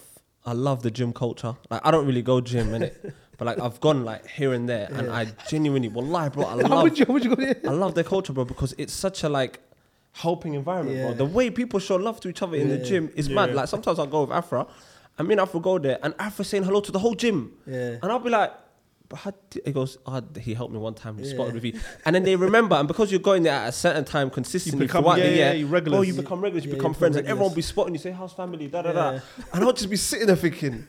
D: I love the gym culture. Like I don't really go gym innit? but like I've gone like here and there, and I genuinely, wallahi, bro, I
A: how
D: love
A: would you, how would you go there?
D: I love their culture, bro, because it's such a like helping environment, bro.
E: Yeah.
D: The way people show love to each other in the
E: Yeah.
D: gym is mad. Like sometimes I go with Afra, and me and Afra go there, and Afra saying hello to the whole gym,
E: Yeah.
D: and I'll be like. But how d-" he goes, oh, he helped me one time. He spotted
E: Yeah.
D: with you, and then they remember. And because you're going there at a certain time consistently
B: become-
D: throughout
B: yeah,
D: the
B: yeah,
D: year,
B: yeah, you regulars.
D: bro, you become regulars, you
E: Yeah, you
D: become
E: become
D: friends, and
E: regulars.
D: everyone will be spotting you. Say, "How's family?" Da da da.
E: Yeah.
D: And I'll just be sitting there thinking,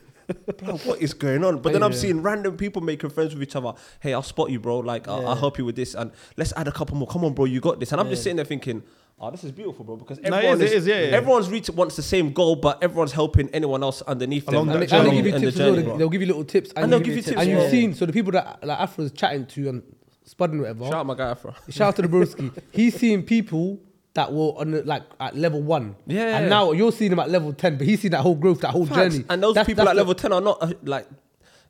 D: bro, what is going on? But then I'm
A: Yeah.
D: seeing random people making friends with each other. Hey, I'll spot you, bro. Like, I'll, I'll
E: Yeah.
D: help you with this. And let's add a couple more. Come on, bro, you got this. And I'm just
E: Yeah.
D: sitting there thinking, oh, this is beautiful, bro. Because
B: it
D: everyone
B: is, it is, yeah, yeah.
D: everyone's reach wants the same goal, but everyone's helping anyone else underneath
B: Along
D: them.
A: And
B: the
D: like,
A: they, and they
B: journey.
A: give you
D: in the
A: tips as well.
D: journey,
A: They,
D: bro.
A: they'll give you little tips,
D: And they'll give you tips,
A: and
D: yeah.
A: you've seen. So the people that like Afro's chatting to and spudding whatever.
D: Shout out my guy, Afra.
A: Shout out to the broski. He's seeing people that were on the, like at level one.
D: Yeah.
A: And now you're seeing him at level ten, but he's seen that whole growth, that whole
D: Facts.
A: journey.
D: And those
A: That's-
D: people
A: that's
D: at
A: the-
D: level 10 are not uh, like,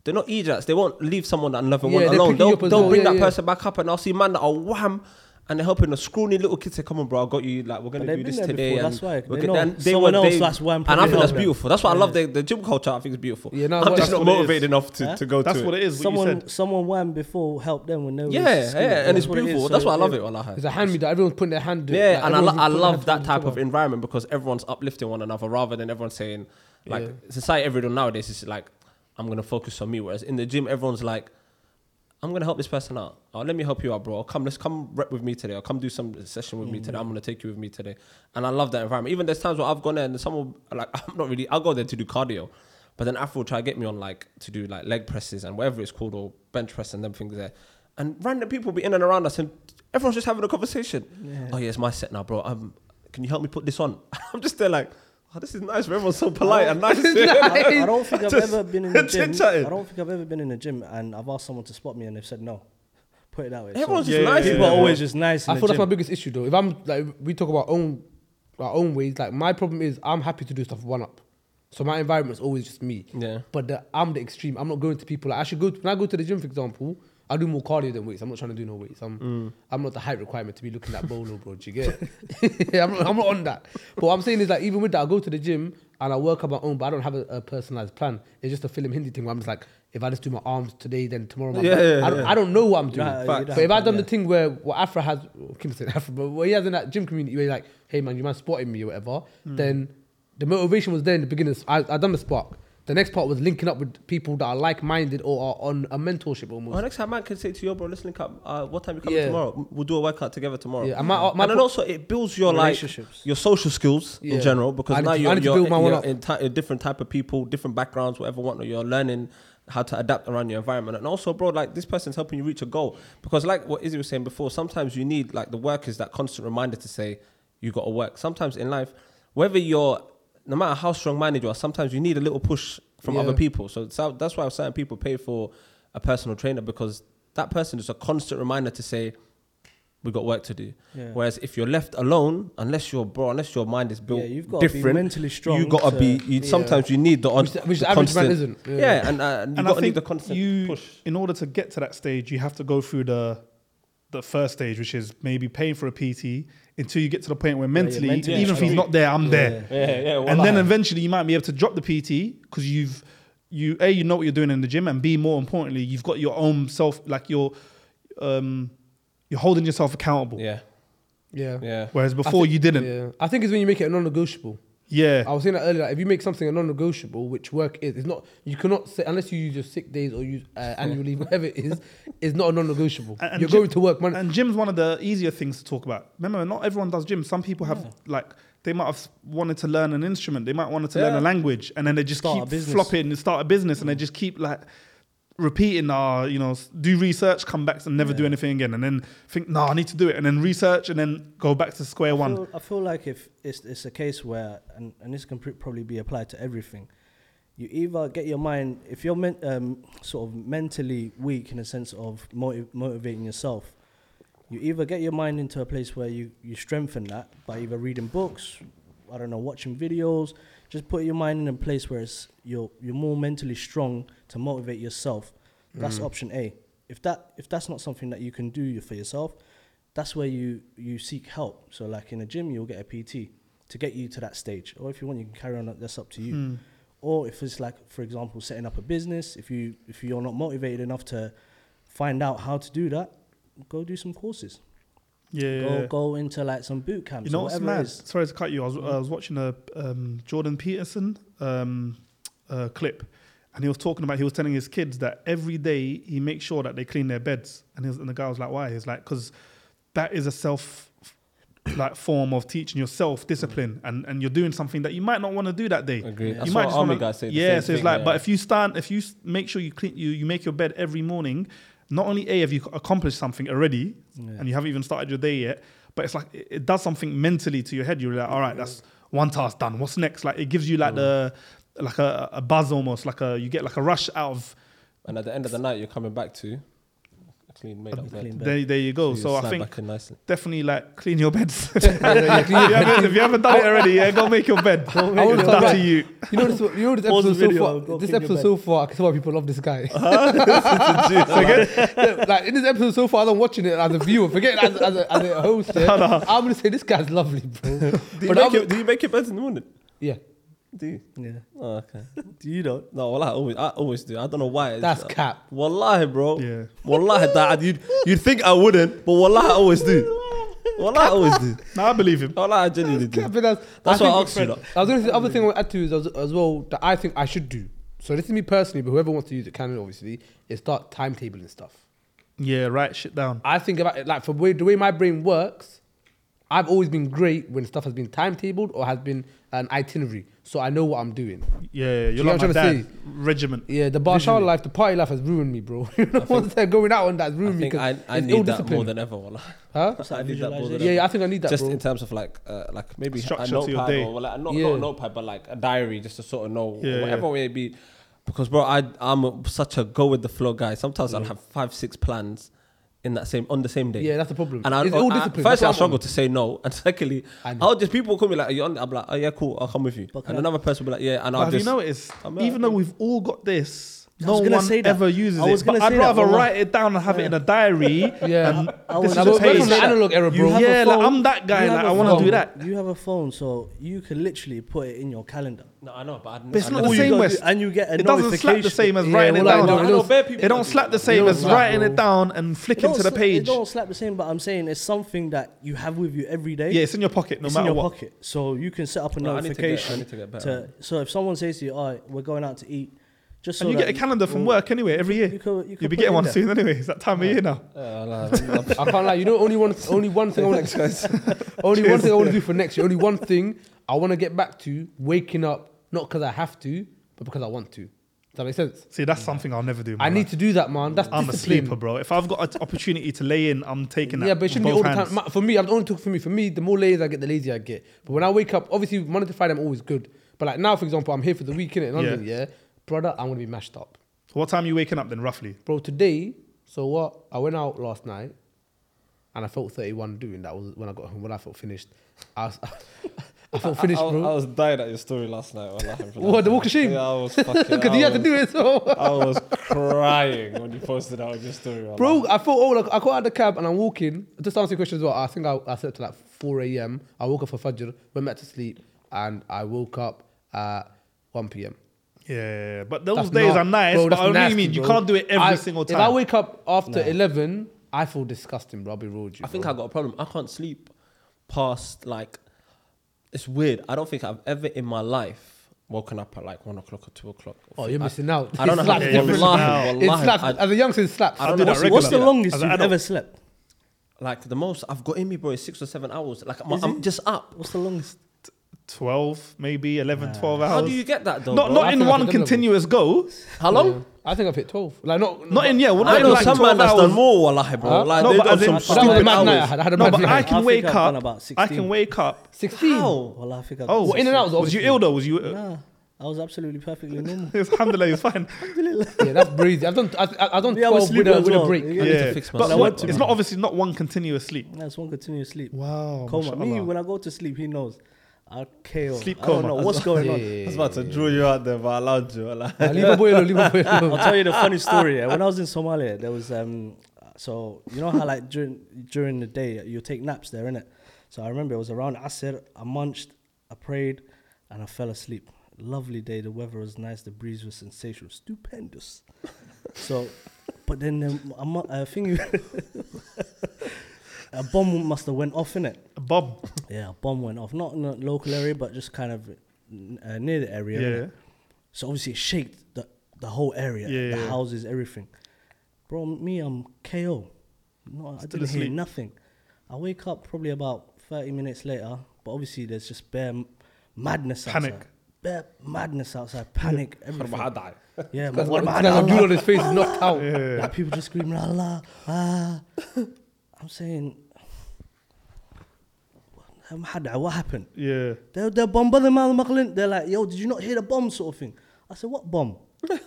D: they're not EJATs. They won't leave someone at level
A: Yeah,
D: one
A: they're
D: alone.
A: picking you
D: They'll,
A: up as
D: they'll
A: well.
D: bring
A: Yeah,
D: that
A: yeah.
D: person back up, and I'll see man that are wham. And they're helping a scrawny little kid say, "Come on, bro, I got you. Like, we're
E: But
D: gonna
E: they've
D: do
E: been
D: this
E: there
D: today."
E: before,
D: and
E: that's why.
D: we're
E: They
D: gonna-
E: know
D: and they
E: someone
D: were-
E: else,
D: they-
E: that's why I'm
D: And I
E: probably
D: think that's
E: helping.
D: beautiful. That's why I love
E: Yeah.
D: the, the gym culture. I think is beautiful.
A: Yeah, no,
D: I'm
A: that's
D: just not
B: what it is.
D: motivated enough to,
E: Huh?
D: to go
B: That's
D: to
B: what it
D: it.
B: is. what you
E: someone
B: said.
E: someone wham before helped them when they were in
D: Yeah,
E: school.
D: yeah, and
E: That's
D: it's
E: what it is.
D: beautiful.
E: So
D: That's why I
E: it-
D: love it. Wallahi.
A: It's a hand me down. Everyone's putting their hand. in it.
D: Yeah,
A: Like,
D: and I,
A: everyone's
D: lo- I
A: putting
D: love
A: their hand to
D: that type
A: the
D: of environment because everyone's uplifting one another rather than everyone saying, like, society, everyone nowadays is like, I'm going to focus on me. Whereas in the gym, everyone's like, I'm going to help this person out. Oh, let me help you out, bro. Come, let's come rep with me today or come do some session with me today. I'm going to take you with me today. And I love that environment. Even there's times where I've gone there and someone, like, I'm not really, I'll go there to do cardio. But then Afro will try to get me on like to do like leg presses and whatever it's called or bench press and them things there. And random people be in and around us and everyone's just having a conversation. Oh yeah, it's my set now, bro. Um, can you help me put this on? I'm just there like, oh, this is nice. Everyone's so polite and nice.
E: I don't, I don't think I've
B: Just
E: ever been in the gym.
B: chit-chatting.
E: I don't think I've ever been in the gym and I've asked someone to spot me and they've said no. Put it that way. So
D: Everyone's
B: Yeah,
D: just nice.
B: yeah,
E: people are
B: yeah.
E: always just nice. In
A: I
E: the
A: feel that's my
E: gym.
A: biggest issue though. If I'm like we talk about own our own ways, like my problem is I'm happy to do stuff one up. So my environment's always just me.
D: Yeah.
A: But the, I'm the extreme. I'm not going to people. Like I should go to, when I go to the gym, for example. I do more cardio than weights. I'm not trying to do no weights. I'm
E: Mm.
A: I'm not the height requirement to be looking at bolo, bro. Do you get? it? I'm, not, I'm not on that. But what I'm saying is like even with that, I go to the gym and I work on my own, but I don't have a, a personalized plan. It's just a film Hindi thing where I'm just like, if I just do my arms today, then tomorrow. My
D: Yeah,
A: back.
D: yeah,
A: I, don't,
D: yeah.
A: I don't know what I'm doing.
E: Nah, you
A: but
E: don't
A: if I
E: have
A: done
E: to,
A: the thing where what Afra has, well, Kim said Afra, but what he has in that gym community where he's like, hey man, you man spotting me or whatever,
B: Hmm.
A: then the motivation was there in the beginning. I, I done the spark. The next part was linking up with people that are like minded or are on a mentorship almost.
D: Well, next time, man can say to you, bro, let's link up. Uh, what time you coming
A: Yeah.
D: tomorrow? We'll do a workout together tomorrow.
A: Yeah, and my- my
D: and then
A: po-
D: also it builds your like
E: Relationships.
D: your social skills
A: Yeah.
D: in general because
A: I need
D: now
A: to- I
D: you're,
A: need to
D: you're,
A: build my one
D: you're
A: up.
D: in ti- in different type of people, different backgrounds, whatever whatnot. You're learning how to adapt around your environment, and also, bro, like this person's helping you reach a goal because, like what Izzy was saying before, sometimes you need like the work is that constant reminder to say you got to work. Sometimes in life, whether you're no matter how strong-minded you are, sometimes you need a little push from
A: Yeah.
D: other people. So, so that's why certain people pay for a personal trainer because that person is a constant reminder to say, we got work to do.
E: Yeah.
D: Whereas if you're left alone, unless you're bro, unless your mind is built
E: Yeah, you've gotta be
D: different,
E: mentally strong
D: You gotta
E: to-
D: be. You,
A: yeah.
D: Sometimes you need the odd,
A: Which the- which
D: the
A: the average man
D: constant-
A: isn't. Yeah.
D: Yeah, and, uh, and
B: and
D: you
B: I
D: gotta need
B: think
D: the constant
B: you,
D: push.
B: in order to get to that stage, you have to go through the the first stage, which is maybe paying for a PT until you get to the point where
E: you're
B: mentally,
E: mentally
B: even if he's
E: strong.
B: not there, I'm there.
D: Yeah, yeah.
B: and then eventually you might be able to drop the PT because you've you a you know what you're doing in the gym and b more importantly you've got your own self like you're um you're holding yourself accountable.
D: yeah,
A: yeah.
D: yeah.
B: Whereas before you didn't. Yeah.
A: Yeah. I think it's when you make it a non negotiable. I was saying that earlier. Like, if you make something a non-negotiable, which work is, it's not. You cannot say unless you use your sick days or use uh, annual leave, whatever it is. It's not a non-negotiable.
B: And- and
A: You're
B: gym-
A: going to work Monday.
B: And gym's one of the easier things to talk about. Remember, not everyone does gym. Some people have like they might have wanted to learn an instrument, they might wanted to learn a
D: Yeah.
B: language, and then they just
E: Start a
B: keep
E: business. Mm.
B: flopping and start a business, and they just keep like repeating, "Ah, you know, s- do research, come back and never do anything again," and then think, "No, I need to do it," and then research, and then go back to square
E: I
B: one.
E: feel, I feel like if it's, it's a case where, and, and this can pr- probably be applied to everything, you either get your mind, if you're men, um, sort of mentally weak in a sense of motiv- motivating yourself, you either get your mind into a place where you, you strengthen that by either reading books, I don't know, watching videos, just put your mind in a place where it's, you're, you're more mentally strong to motivate yourself. That's
B: Mm.
E: option A. If that if that's not something that you can do for yourself, that's where you you seek help. So like in a gym, you'll get a PT to get you to that stage, or if you want, you can carry on. That's up to you.
B: Hmm.
E: Or if it's like, for example, setting up a business, if you if you're not motivated enough to find out how to do that, go do some courses.
B: Yeah.
E: Go go into like some boot camps.
B: You know
E: or
B: what's
E: whatever
B: mad?
E: it is. Hmm.
B: Sorry to cut you. I was, I was watching a um, Jordan Peterson um, uh, clip, and he was talking about he was telling his kids that every day he makes sure that they clean their beds, and, he was, and the guy was like, "Why?" He's like, "Because that is a self." Like form of teaching yourself discipline, and and you're doing something that you might not want to do that day.
D: Agree.
B: You
D: That's
B: might
D: what
B: just
D: army
B: wanna-
D: guys say, the
B: yeah.
D: same
B: so it's
D: thing,
B: like,
D: yeah.
B: but if you stand, if you s- make sure you clean, you, you make your bed every morning. Not only a have you accomplished something already, and you haven't even started your day yet, but it's like it, it does something mentally to your head. You're like, all right, that's one task done. What's next? Like it gives you like the like a, a buzz almost, like a you get like a rush out of
D: And at the end of the night, you're coming back to clean, made up bed.
E: clean bed.
B: There, there you go.
D: You
B: So I
D: slide
B: think
D: back in nicely.
B: definitely like clean your beds. if, you haven't, if you haven't done it already, yeah, go make your bed.
A: make
B: it's
A: your
B: down
A: bed.
B: to you.
A: You know this. You know this
E: Pause the
A: episode
E: video,
A: so far.
E: go
A: This
E: clean your
A: episode
E: bed.
A: so far. I can see why people love this guy.
B: So again,
A: Yeah, like in this episode so far, I'm watching it as a viewer. Forget it as, as, a, as a host. yeah. I'm gonna say this guy's lovely, bro.
D: Do you,
A: But
D: make
A: I'm-
D: your, do you make your beds in the morning?
A: Yeah,
D: Do you?
E: Yeah.
D: Oh, okay.
E: Do you know?
D: No, well, I always, I always do. I don't know why. It's-
A: that's cap.
D: Wallahi, bro.
B: Yeah.
D: Wallahi, dad. You'd, you'd think I wouldn't, but wallahi, I always do. Wallahi, I always do.
B: now I believe him.
D: Wallahi, I genuinely do.
A: Cap, That's,
D: That's
A: I
D: what
A: think-
D: I asked you. lot.
A: I was going to say the other thing I would add to is as, as well that I think I should do. So this is me personally, but whoever wants to use it can obviously is start timetabling stuff.
B: Yeah, write shit down.
A: I think about it like for way, the way my brain works. I've always been great when stuff has been timetabled or has been an itinerary, so I know what I'm doing.
B: Yeah,
A: See
B: you're
A: what
B: like
A: I'm
B: my
A: trying to
B: dad. Regiment.
A: Yeah, the Barshal life, the party life has ruined me, bro. you know, once they're going out on that
D: I
A: ruined me
D: think I,
A: because
D: I
A: it's
D: need that
A: ill-discipline.
D: more than ever, wallahi.
A: huh?
E: It's like
D: I need that more than
E: visualization.
A: Yeah, yeah, I think I need that,
D: just
A: bro.
D: in terms of like uh, like maybe a
B: Structure to your
D: notepad
B: day.
D: or like, not, not
A: Yeah.
D: a notepad but like a diary just to sort of know
B: Yeah,
D: whatever
B: yeah.
D: way it be because bro I I'm a, such a go with the flow guy sometimes I'll have five six plans in that same on the same day
A: Yeah, that's the problem.
D: and I,
A: it's all
D: I,
A: discipline.
D: firstly I
A: That's what I'm
D: struggle to say no and secondly
A: I know.
D: I'll just people call me like are you on I'm like oh yeah cool I'll come with you
E: But can
D: and
E: I-
D: another person will be like yeah and
B: But
D: I'll
B: have
D: just
B: you noticed,
D: I'm like-
B: even though we've all got this,
E: I
B: no
E: was gonna
B: one
E: say that.
B: ever uses
E: I was
B: it. But
E: gonna
B: I'd
E: say that,
B: rather
E: wallah.
B: write it down and have it in a diary.
A: Yeah.
B: and
E: I- I
B: this is
E: was- I
B: a
E: was
A: back from
B: page.
A: the analog era,
E: You
A: bro.
E: have a
B: Yeah, like,
E: phone.
B: I'm that guy.
E: You
B: Like,
E: have
B: I
E: a
B: want to do
E: phone.
B: that.
E: You have a phone, so you can literally put it in your calendar.
D: no I know but, I'd,
B: But it's
D: I'd
B: not
D: never-
B: the same, West.
E: And you get a
B: It doesn't
E: notification.
B: slap the same as
A: Yeah,
B: writing it
A: well, I
B: down.
A: know, I know
D: bare people
B: It don't
D: that do
B: slap the
D: that.
B: same
A: It
B: as
A: don't slap,
B: writing
A: bro.
B: it down and
E: It
B: flicking
E: don't
B: to the
E: sla- It
B: page.
E: don't slap the same, but I'm saying it's something that you have with you every day.
B: Yeah, it's in your pocket no
E: it's in
B: matter
E: your
B: what.
E: pocket, so you can set up a
D: Well, I need to get- I
E: notification.
D: need to get better at
E: so if someone says to you, "All right, we're going out to eat," just so
B: And you
E: that
B: get a calendar from
E: you-
B: work anyway every year.
E: You could, you could
B: You'll be
E: put it in
B: getting one
E: there.
B: soon anyway. It's that time of year now.
D: Uh, like,
A: I can't lie. You know, only one, only one thing I want to, only one thing I want to do for next year. Only one thing I want to get back to: waking up not because I have to, but because I want to. Does that make sense?
B: See, that's something I'll never do. in my
A: I need
B: life.
A: to do that, man. That's
B: I'm a
A: discipline.
B: sleeper, bro. If I've got an opportunity to lay in, I'm taking that.
A: Yeah, but it shouldn't be
B: with
A: all
B: both
A: the
B: hands.
A: time. Ma- For me, I'm only talking for me. For me, the more layers I get, the lazier I get. But when I wake up, obviously Monday to Friday, I'm always good. But like now, for example, I'm here for the weekend in London. Yeah, brother, I'm gonna be mashed up,
B: What time are you waking up then, roughly?
A: bro. Today, so what? I went out last night, and I felt 31 doing that. Was when I got home. When I felt finished, I, was, I felt finished,
D: I, I,
A: bro.
D: I was dying at your story last night. wallahi, bro.
A: What, the walk of shame?
D: Yeah, I was fucking.
A: Because
D: I
A: you had to
D: was-
A: do it, so.
D: I was crying when you posted that on your story. wallahi.
A: Bro, I felt old. I got out of the cab and I'm walking. Just to answer your question as well. I think I, I slept till like 4 a.m. I woke up for Fajr, went back to sleep, and I woke up at 1 p.m.
B: Yeah, but those
A: That's
B: days
A: na-
B: are nice.
A: bro,
B: but
A: that's
B: I really
A: nasty,
B: mean, you
A: bro.
B: can't do it every
A: I-
B: single
A: If I
B: time.
A: wake up after 11, I feel disgusting, bro. I'll be real with you.
D: I think
A: bro.
D: I got a problem. I can't sleep past like. It's weird. I don't think I've ever in my life woken up at like one o'clock or two o'clock.
A: Oh, you're
D: I-
A: missing out.
D: I don't know.
A: It
D: How,
A: slaps
D: wallahi,
B: Yeah, you're missing out.
D: wallahi,
A: It slaps.
D: I-
A: as a youngster, it slaps.
B: I
D: I
B: do
D: don't know
B: that
D: what's-
B: regularly.
E: What's the longest
B: As
E: you've
B: an
E: ever
B: adult.
E: slept?
D: like the most I've got in me, bro, is six or seven hours. Like I'm,
E: Is
D: I'm
E: it?
D: just up.
E: What's the longest?
B: 12, maybe 11, 12 hours.
D: How do you get that though?
B: not
D: bro?
A: I
B: not in
A: think I
B: one
A: could do that.
B: continuous go.
D: How long?
A: I think I've hit 12. Like not
B: Not in, yeah, well,
D: I
B: not in
D: know
B: like
D: some man
B: 12
D: that's
B: hours.
D: done more, wallahi, bro.
A: Huh?
D: Like
B: No,
D: they've
B: but
D: done
B: as in
A: But
D: some
A: that was a
D: stupid
A: mad night. I
D: hours.
A: had, I had a
B: No,
A: mad
B: but
A: night.
B: I
E: I
B: can
E: think
B: wake
E: I've done
B: up.
E: about
B: I
E: 16.
B: can wake up.
A: 16.
D: How?
E: Well, I think I.
B: Oh,
A: What, in and out,
B: Was you
A: obviously.
B: ill though? Was you?
E: Nah, I was absolutely perfectly normal.
B: Alhamdulillah, you're fine.
A: Yeah, that's breezy. I've done, I, I- I've done
E: Yeah, I
A: 12 with,
E: was
A: a,
E: sleeping as
A: with a
E: well.
A: break.
D: I need to
B: Yeah,
D: fix
B: but
D: myself
B: what-
D: up,
B: it's
D: man.
B: not obviously not one continuous sleep.
E: That's one continuous sleep.
B: Wow,
E: Coma. Me,
B: mashallah.
E: when I go to sleep, he knows. I KO.
B: Sleep
E: I don't
B: coma.
E: know what's going on.
A: Yeah.
D: I was about to draw you out there, but I allowed you. Like,
A: Uh, leave a boy alone, leave a boy alone.
E: I'll tell you the funny story. Yeah. When I was in Somalia, there was um, so you know how like during during the day you take naps there, innit? So I remember it was around Asr. I munched, I prayed, and I fell asleep. Lovely day. The weather was nice. The breeze was sensational. Stupendous. so, but then um, a, mo- a thing, a bomb must have went off in it.
B: A bomb.
E: Yeah, a bomb went off. Not in the local area, but just kind of uh, near the area.
B: Yeah.
E: innit? So obviously it shaked the, the whole area,
B: Yeah,
E: the
B: yeah.
E: houses, everything. Bro, me, I'm KO. No, I
B: Still
E: didn't hear
B: asleep.
E: nothing. I wake up probably about 30 minutes later, but obviously there's just bare m- madness
B: Panic.
E: outside. Bare madness outside, panic, everything. yeah,
A: That's
E: man,
A: what
E: what
A: this
E: about
A: guy's
E: Allah?
A: dude on his face is knocked out.
E: Like people just screaming, Allah, ah. I'm saying, "Hada, what happened?
B: Yeah.
E: They're, they're bombarding Mount McLean. They're like, yo, did you not hear the bomb sort of thing? I said, what bomb?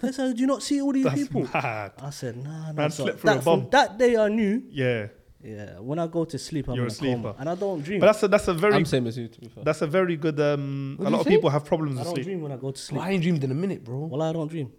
E: They said, do you not see all these
B: That's
E: people?
B: mad.
E: I said, nah, nah.
B: Man,
E: So
B: slipped through
E: that,
B: a
E: from
B: bum.
E: that day I knew,
B: Yeah,
E: yeah, when I go to sleep, I'm
B: You're
E: in
B: a
E: a, coma.
B: sleeper.
E: And I don't dream.
B: but that's a, that's a very
D: I'm same as you, to be fair.
B: that's a very good. Um,
A: do
B: a lot
A: you
B: of
A: say?
B: people have problems
E: I
B: with
E: don't
B: sleep.
E: dream when I go to
A: Well,
E: sleep.
A: I ain't dreamed in a minute, bro.
E: Well, I don't dream.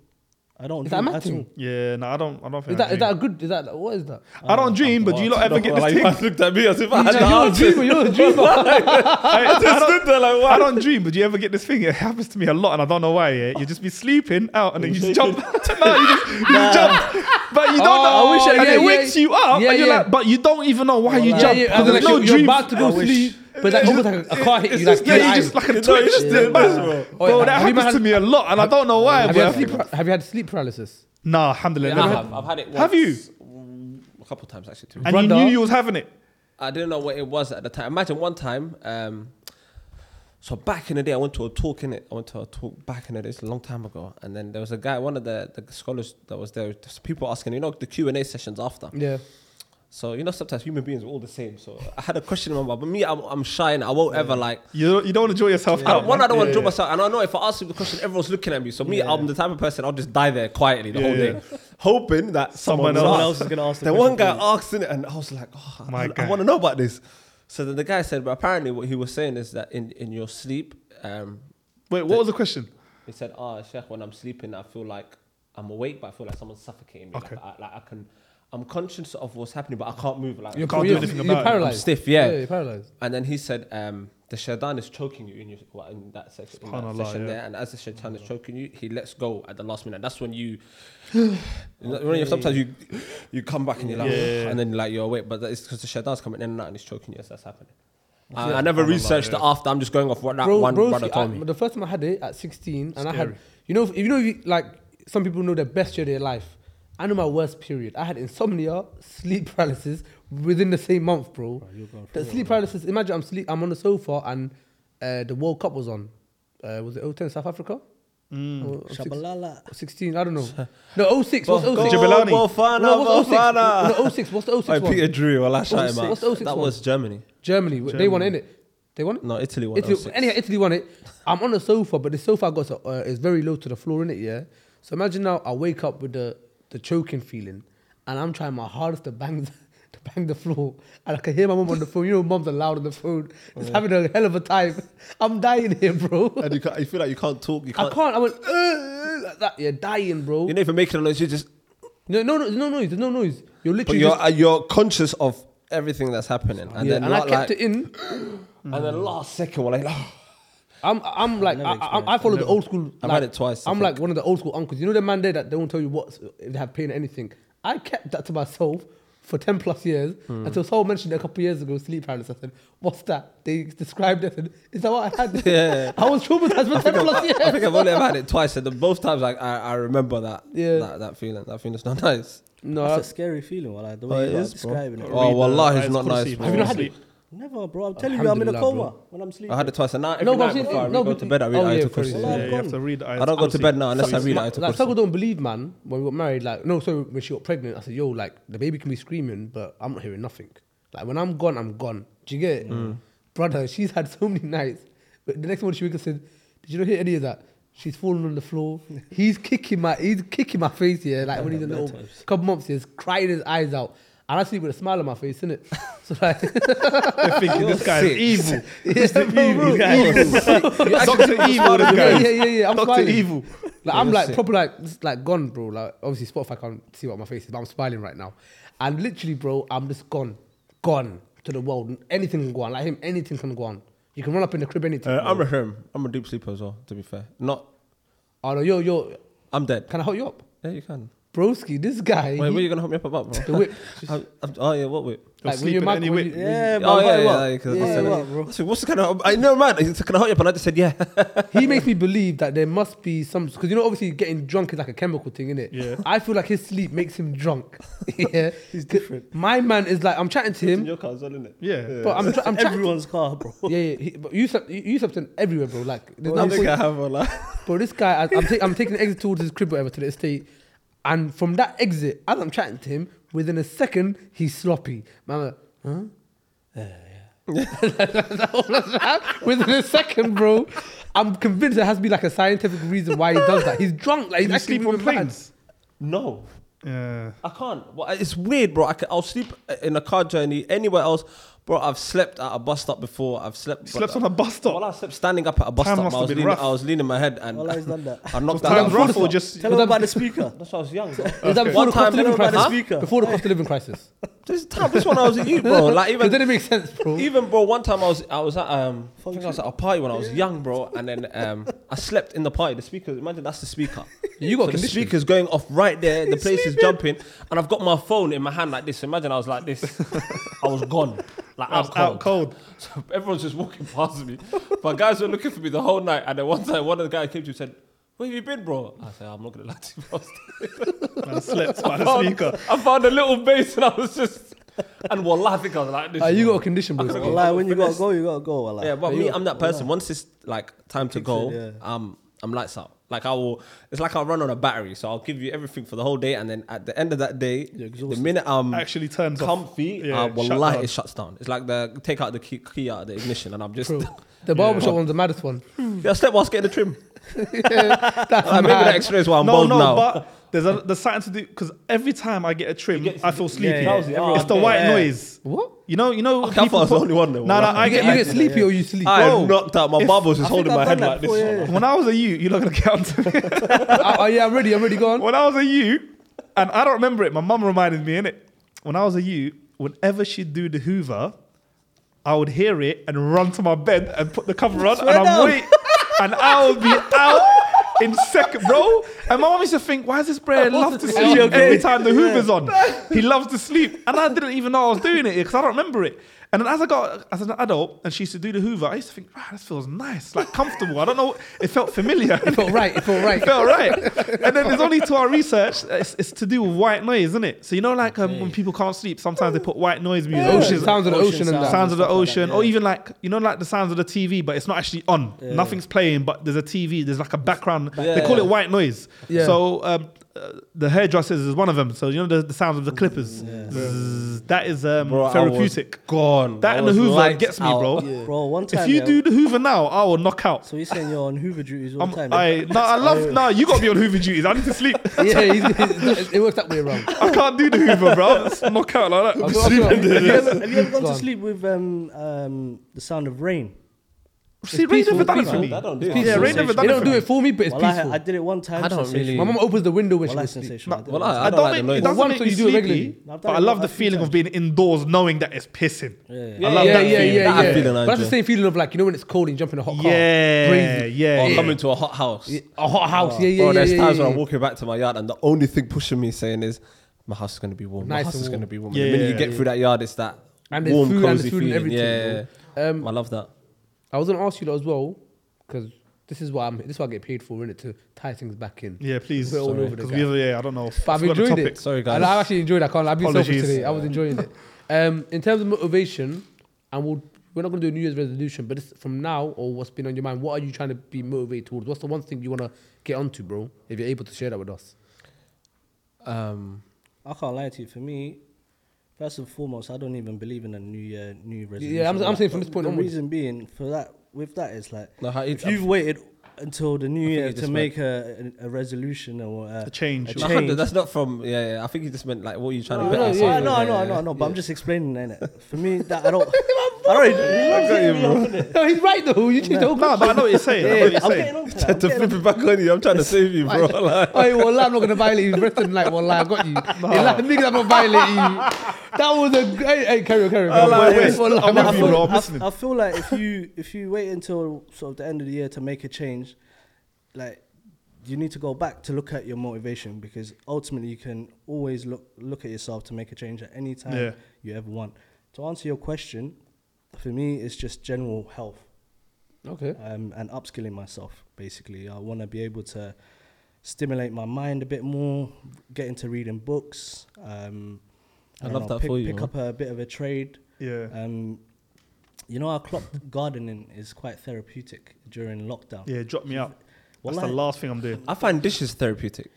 E: I don't
A: Is that
E: dream
A: a mad
E: at all.
A: thing?
B: Yeah, no, I don't. I don't think.
A: Is
B: I
A: that,
B: dream.
A: is that a good? Is that what is that?
B: I don't dream, but do you lot ever get this
D: like,
B: thing?
D: You looked at me as if I had
A: You're a dreamer. You're a dreamer.
B: I, I don't,
D: stood there like,
B: I don't dream, but do you ever get this thing? It happens to me a lot, and I don't know why. Yeah, you just be sleeping out, and then you just jump. no, you just, you just jump, but you don't
A: Oh,
B: know.
A: I wish I-
B: and
A: yeah,
B: it
A: yeah.
B: wakes you up,
A: Yeah,
B: and you're
A: yeah.
B: like, but you don't even know why you
A: Yeah,
B: jump.
A: yeah,
B: because
A: and then,
B: there's
A: like,
B: no
A: you're, you're
B: dream.
A: about to go
E: I wish-
A: sleep, but like almost like a, a car hit you. Like,
B: yeah,
A: in the
B: you just
A: eyes.
B: like a twitch.
E: Yeah.
B: man. Bro,
A: Oi,
B: that
A: Oh, have you
B: happens to
A: had-
B: me a lot, and I don't know why.
A: have, you had
B: But
A: sleep, par- have you had sleep paralysis?
B: nah, alhamdulillah.
D: Yeah,
B: never
D: I
B: had-
D: have. I've had it once.
B: Have
D: you? A couple of times, actually. Too.
B: And you
A: Brother.
B: knew you was having it.
D: I didn't know what it was at the time. Imagine one time. Um, so back in the day, I went to a talk in it. I went to a talk back in the day, it's a long time ago. And then there was a guy, one of the, the scholars that was there. Just people asking, you know, the Q and A sessions after.
A: Yeah.
D: So you know, sometimes human beings are all the same. So I had a question in my mind, but me, I'm, I'm shy and I won't ever like.
B: You you don't enjoy yourself
D: I
B: out.
D: don't, Uh, one,
B: man.
D: I don't want to
B: Yeah.
D: draw myself, and I know if I ask you the question, everyone's looking at me. So me, I'm the type of person I'll just die there quietly the
B: Yeah,
D: whole day, hoping that someone,
B: Someone
D: will
B: else.
D: ask.
E: is gonna ask the
D: Then one guy
E: question
D: asked in it, and I was like, oh,
B: My
D: I,
B: guy.
D: want to know about this. So then the guy said, but apparently what he was saying is that in, in your sleep, um,
B: Wait, what was the question?
D: he said, "Ah, Sheikh, when I'm sleeping, I feel like I'm awake, but I feel like someone's suffocating me.
B: Okay.
D: Like, I, like I can, I'm conscious of what's happening, but I can't move. Like,
A: You're,
B: can't do
A: you're,
B: anything
A: you're
B: about it.
A: paralyzed.
D: I'm stiff, yeah.
A: you're paralyzed.
D: And then he said, um, the shaitan is choking you in, your, well, in that section, in that
B: Subhanallah,
D: session
B: yeah.
D: there. And as the shaitan is choking you, he lets go at the last minute. That's when you, you know, when you- sometimes you you come back and you're like,
B: Yeah.
D: and then like you're awake. But that is because the shaitan's coming in and out and he's choking you as that's happening. I, I never researched the after. I'm just going off what that
A: Bro,
D: one
A: bro,
D: brother
A: see,
D: told
A: I-
D: me.
A: The first time I had it at 16, and I
B: Scary.
A: had, you know, if you know, you, like some people know their best year of their life. I know my worst period. I had insomnia, sleep paralysis within the same month, bro.
E: Bro, you're going
A: the
E: through it,
A: sleep paralysis. Imagine I'm sleep. I'm on the sofa, and uh, the World Cup was on. Uh, was it 010 South Africa?
E: Mm.
A: Or- or six-
E: Shabalala.
A: 16, I don't know. No, 06, what's 06?
D: Go,
B: Jabelani.
D: Bofana,
A: No, what's 06?
D: Bofana.
A: No, 06, what's the 06
E: Oh,
D: Hey,
A: one?
D: Peter Drury, well, I shot
A: 06.
D: him out.
A: What's the 06
D: that
A: one?
D: was Germany.
A: Germany, w- they won it, innit? They won it?
D: No, Italy oh won.
A: Italy,
D: 06.
A: anyhow, Italy won it. I'm on the sofa, but the sofa I got to, uh, is very low to the floor, in it. Yeah. So imagine now I wake up with the the choking feeling, and I'm trying my hardest to bang the, to bang the floor, and I can hear my mum on the phone. You know, mums are loud on the phone.
D: Oh.
A: It's having a hell of a time. I'm dying here, bro.
F: And you, can't, you feel like you can't talk. You
A: I
F: can't.
A: can't. I went uh, uh, like that. You're dying, bro.
D: You're not even making a noise. You're just,
A: No, no, no, no noise. There's no noise. You're
D: but
A: literally.
D: you're
A: just,
D: uh, you're conscious of everything that's happening, and
A: yeah,
D: then
A: and I
D: not
A: kept
D: like,
A: it in.
D: and then last second, we're like, oh,
A: I'm I'm like I,
E: never
A: I, I follow the old school.
D: I've
A: like,
D: had it twice, I
A: I'm like one of the old school uncles. You know the man there that they won't tell you what if they have pain or anything. I kept that to myself for ten plus years
D: Hmm.
A: until someone mentioned it a couple of years ago sleep paralysis. I said, "What's that?" They described it. I said, "Is that what I had?"
D: Yeah.
A: I was traumatized for ten plus years.
D: I think I've only ever had it twice, and then both times, like I, I remember that,
A: Yeah.
D: that that feeling. That feeling's not nice.
A: no,
E: That's a
A: that's,
E: scary feeling, well, like, the
D: uh, Oh,
E: way
D: it
E: you're
D: is, bro.
E: describing it.
D: Oh,
B: Read the
D: wallahi, it's
B: Ayatul
D: not
B: Kursi
D: nice.
B: before
D: bro.
A: you not had
B: sleep.
E: Never, bro. I'm telling you, I'm in a
A: Alhamdulillah,
E: coma
A: bro.
E: when I'm sleeping.
D: I had it twice, and now every
A: No, but
D: night
A: I'm saying-
D: before I
A: no,
D: go
A: but
D: to
A: you-
D: bed, I read
A: oh, yeah,
D: Ayatul
A: fair
D: Kursi.
A: enough.
E: Well,
B: Yeah,
E: I've
B: you have
E: gone.
B: to read. the
D: I don't go
B: Ayatul
D: to
B: Kursi.
D: bed now unless I read
A: like,
D: Ayatul
A: like some people
D: Kursi.
A: don't believe, man. When we got married, like no, sorry, when she got pregnant, I said, "Yo, like the baby can be screaming, but I'm not hearing nothing. Like when I'm gone, I'm gone." Do you get it,
B: Mm.
A: brother? She's had so many nights. But the next morning she wakes up and said, "Did you not hear any of that?" She's falling on the floor. he's kicking my, he's kicking my face here. Like when he's a little couple months, he's crying his eyes out. And I sleep with a smile on my face, innit? So like,
B: They're thinking this guy's evil. This
A: Yeah,
B: is
A: bro,
B: evil.
A: bro.
B: Doctor Evil, this
A: yeah,
B: guy.
A: yeah, yeah, yeah. I'm
B: Doctor
A: smiling.
B: Evil.
A: Like I'm
D: you're
A: like
D: sick.
A: proper like just like gone, bro. Like obviously Spotify can't see what my face is, but I'm smiling right now. And literally, bro, I'm just gone, gone to the world. Anything can go on. Like him, anything can go on. You can run up in the crib, anything.
D: Uh,
A: bro.
D: I'm a him. I'm a deep sleeper as well. To be fair, not.
A: oh no, yo, yo,
D: I'm dead.
A: can I help you up,
D: Yeah, you can.
A: broski? This guy,
D: Wait,
A: he-
D: what are you gonna help me up about, bro?
A: the whip.
D: I'm, I'm, oh yeah, what whip?
A: like when
B: sleeping
A: you're mad,
B: any
A: when
B: whip.
A: you-
E: Yeah,
D: oh
E: but
D: yeah,
E: yeah,
D: yeah.
E: what?
D: Like,
E: Yeah,
D: I said,
E: what, bro?
D: I said, what's the kind of? I know, man. I said, Can I help you? up?" And I just said, yeah.
A: he makes me believe that there must be some because you know obviously getting drunk is like a chemical thing, innit?
B: Yeah.
A: I feel like his sleep makes him drunk. yeah, he's different. My man is like I'm chatting to him,
D: car as well, isn't it?
B: Yeah.
A: but I'm, tra- I'm chatting.
E: Everyone's car, bro.
A: Yeah, yeah. He, but you sub- you, you substance everywhere, bro. Like, there's
D: I
A: no
D: think
A: point-
D: I have a lot.
A: bro. This guy, I, I'm, ta- I'm taking the exit towards his crib, whatever, to the estate, and from that exit, as I'm chatting to him, within a second, he's sloppy. Mama, huh? Within a second, bro, I'm convinced there has to be like a scientific reason why he does that. He's drunk. Like he's
B: You
A: actually
B: sleep on
A: moving mad.
B: planes.
D: No,
B: Yeah.
D: I can't. Well, I- it's weird, bro. I can, I'll sleep in a car journey anywhere else, bro. I've slept at a bus stop before. I've slept.
B: Slept on a bus stop.
D: Well, I slept standing up at a bus
B: Time
D: stop.
B: must
D: I
B: have
D: was,
B: been
D: leaning,
B: rough.
D: I was leaning my head and
E: Well, he's done that.
D: I knocked that
B: Times
D: out.
B: rough or just
E: Tell him about the speaker.
D: That's why I was young. bro.
A: Was that before
D: One
A: the cost
D: time-
A: of living
D: Huh?
A: crisis?
E: Speaker.
A: Before the cost of living crisis.
D: This time, this one I was at you, bro. Like
A: Because then
D: even
A: it makes sense, bro.
D: even bro, one time I was I was at um I think I was at a party when I was young, bro, and then um I slept in the party. The speaker, imagine that's the speaker.
A: You got
D: so the
A: conditioning.
D: speaker's going off right there. The place is jumping, and I've got my phone in my hand like this. Imagine I was like this. I was gone. Like
B: I was out cold.
D: So everyone's just walking past me. But guys were looking for me the whole night. And then one time, one of the guys came to me and said, Where have you been, bro? I said, I'm not going to lie to you. bro."
B: I slept by the
D: I found-
B: speaker.
D: I found a little base and I was just. And wallah, I think I was like this.
A: Uh, you
D: bro.
A: got a condition, bro.
D: could've
A: bro.
D: got-
E: Like, when you gotta go, you gotta go. Wallah.
D: Yeah, but
A: Yeah,
D: me,
A: you-
D: I'm that person. Once it's like time to
E: Kicks
D: go,
E: in,
D: um, I'm lights out. Like I will, it's like I run on a battery. So I'll give you everything for the whole day, and then at the end of that day, the
E: exhausted.
D: minute I'm
B: Actually turns off.
D: comfy,
B: Yeah, shut
D: uh, wallah,
B: down.
D: it shuts down. It's like the take out the key, key out of the ignition, and I'm just
A: Bro, The barbershop one's the maddest one.
D: yeah, I slept whilst getting a trim.
A: That's
D: Like, maybe
A: mad.
D: that explains why I'm
B: no,
D: bald
B: no,
D: now.
B: but there's a, there's something to do because every time I get a trim,
D: You get-
B: I feel sleepy.
E: yeah, yeah.
B: It's the
D: Oh,
B: white
D: yeah.
B: noise.
A: What?
B: You know, you know.
D: I thought I was the only one that
B: No,
D: was
B: no,
D: laughing.
B: I
A: You get,
B: get.
A: you
B: I-
A: get sleepy or you sleep.
D: I
B: Bro,
D: am knocked out. My
B: if-
D: barbers is
E: I think
D: holding
E: I've
D: my
E: done
D: head
E: that
D: like this.
E: before, yeah,
B: when I was a you, you're not gonna count to me.
A: oh, oh, yeah, I'm ready. I'm ready. Go on.
B: when I was a you, and I don't remember it. My mum reminded me in it. When I was a you, whenever she'd do the Hoover, I would hear it and run to my bed and put the cover on, and
E: Swear
B: I'm
E: down.
B: wait, and I would be out. In second, bro, and my mum used to think, "Why is this brother love to sleep every time the Hoover's on? He loves to sleep." And I didn't even know I was doing it because I don't remember it. And then as I got as an adult, and she used to do the Hoover, I used to think, "Wow, this feels nice, like comfortable." I don't know, it felt familiar.
A: It felt right. It felt right.
B: It felt right. And then there's only to our research, it's, it's to do with white noise, isn't it? So you know, like um, when people can't sleep, sometimes they put white noise music, which
A: Ocean,
B: is
A: sounds of the
E: Ocean
A: ocean and that.
B: sounds of the
E: Stuff like that,
B: ocean, or
E: yeah.
B: even like you know, like the sounds of the TV, but it's not actually on. Nothing's playing, but there's a TV. There's like a background. They call it white noise.
A: Yeah.
B: So. Um, uh, the hairdressers is one of them. So you know the, the sounds of the clippers. Zzz, that is um,
D: Bro, I was
B: therapeutic.
D: Gone.
B: That
D: I
B: and the
D: was
B: Hoover
D: lights
B: gets me,
D: out.
B: bro.
E: Bro, one time.
B: If you
E: yeah,
B: do the Hoover now, I will knock out.
E: So you're saying you're on Hoover duties all
B: I'm,
E: the time? Oh, yeah?
B: I, no, I love. No, you got to be on Hoover duties. I need to sleep.
A: Yeah, he's, he's, it works that way around.
B: I can't do the Hoover, bro. Just knock out like that.
A: I'll go- I'll go-
E: have, you ever, have you ever
A: Go
E: gone to
A: on.
E: sleep with um, um, the sound of rain?
B: See, Ray
A: peaceful,
B: never done it
A: it's
B: for me.
A: peaceful.
D: I don't do
A: It's
D: it.
B: Yeah,
A: peaceful.
B: Ray never
A: They
B: done it
A: don't
B: for
A: do
B: me.
A: it for me, but it's
E: Well, I,
A: peaceful.
E: I did it one time.
D: I don't
E: sensation.
D: really-
A: My mum opens the window when
E: Well,
A: she
E: that's
A: goes to sleep.
E: sensational. I did it
D: Well,
E: once.
D: I
B: I
D: don't like
B: don't
D: the
B: make,
D: noise.
B: it doesn't
A: Once
B: make
A: or
B: me
A: you do it
B: sleepy,
A: regularly?
E: I've done
B: but I
E: it
B: love
E: a
B: the
E: few
B: feeling of
E: times.
B: being indoors knowing that it's pissing.
E: Yeah.
B: I
D: Yeah,
B: love
A: yeah,
B: that
A: yeah,
B: feeling.
A: yeah,
D: That
A: yeah.
D: feeling
A: But
D: I
A: that's the
D: enjoy.
A: same feeling of like you know when it's cold and you jump in a hot car.
B: Yeah,
A: Breezy.
B: yeah,
D: Or
B: yeah.
D: coming to a hot house.
A: A hot house. Yeah, yeah,
D: Oh, Bro,
A: yeah.
D: there's
A: yeah,
D: times
A: yeah,
D: when I'm
A: yeah.
D: walking back to my yard, and the only thing pushing me saying is, "My house is going to be warm.
A: Nice
D: my house
A: and
D: is going to
A: warm."
D: be warm."
B: Yeah,
D: the minute
B: yeah,
D: you get
B: yeah.
D: through that yard, it's that
A: And there's
D: warm,
A: food and
D: cozy
A: there's food and
D: feeling.
A: everything.
D: yeah,
A: bro. Um,
D: I love that.
A: I was gonna ask you that as well, because this is what I'm. This is what I get paid for, innit? To tie things back in.
B: Yeah, please.
A: We're all over the
B: Because we
A: gap.
B: have, yeah, I don't know.
A: But I've
B: Forgot the
A: enjoyed
B: topic.
A: it.
D: Sorry, guys.
A: And I actually enjoyed. it. I can't. I've been selfish
B: Apologies.
A: today. I was enjoying it. Um, in terms of motivation, and we'll, we're not going to do a New Year's resolution, but it's from now or what's been on your mind. What are you trying to be motivated towards? What's the one thing you want to get onto, bro? If you're able to share that with us.
D: Um,
E: I can't lie to you. For me, first and foremost, I don't even believe in a new year, new resolution.
A: I'm- I'm saying from this point
E: the
A: onwards.
E: reason being for that, with that, is like
D: No, how-
E: if
D: it-
E: you've waited until the new
D: think
E: year
D: you
E: to
D: just
E: make a, a, a resolution or a,
B: A change.
E: a
D: I can't do-
E: change.
D: that's not from. Yeah, yeah. I think you just meant like what are you trying
E: No,
D: to
E: Oh, no,
D: better.
E: yeah,
D: So-
E: I know, I know, I know, I know, but I'm just explaining it. For me, that I don't. I don't. Really,
A: no, he's right though. You changed the whole.
B: No, but I know what you're saying. I know what you're
E: I'm
B: saying.
E: getting on to that. I'm
D: To
E: getting
D: flip it back on you, I'm trying to save you, bro. Like,
A: Hey, well, I'm not gonna violate you. Rest of the night, well, I got you. You're like, nigga, I'm not violating you. That was a hey, hey, carry on, carry on. carry on.
B: Uh, like this.
A: Wallah,
B: I'm
A: man,
B: with
A: I
B: you,
A: thought-
B: bro.
E: I,
B: listening.
E: I feel like if you if you wait until sort of the end of the year to make a change, like you need to go back to look at your motivation because ultimately you can always look look at yourself to make a change at any time
B: Yeah.
E: you ever want. To answer your question, for me, it's just general health
A: Okay.
E: um, and upskilling myself. Basically, I want to be able to stimulate my mind a bit more, get into reading books. Um,
D: I
E: don't
D: love that
E: pick,
D: for you,
E: Pick
D: man.
E: up a bit of a trade.
B: Yeah.
E: Um, you know, I clocked gardening is quite therapeutic during lockdown.
B: Yeah, drop me out. That's the
E: Wallah.
B: last thing I'm doing.
D: I find dishes therapeutic.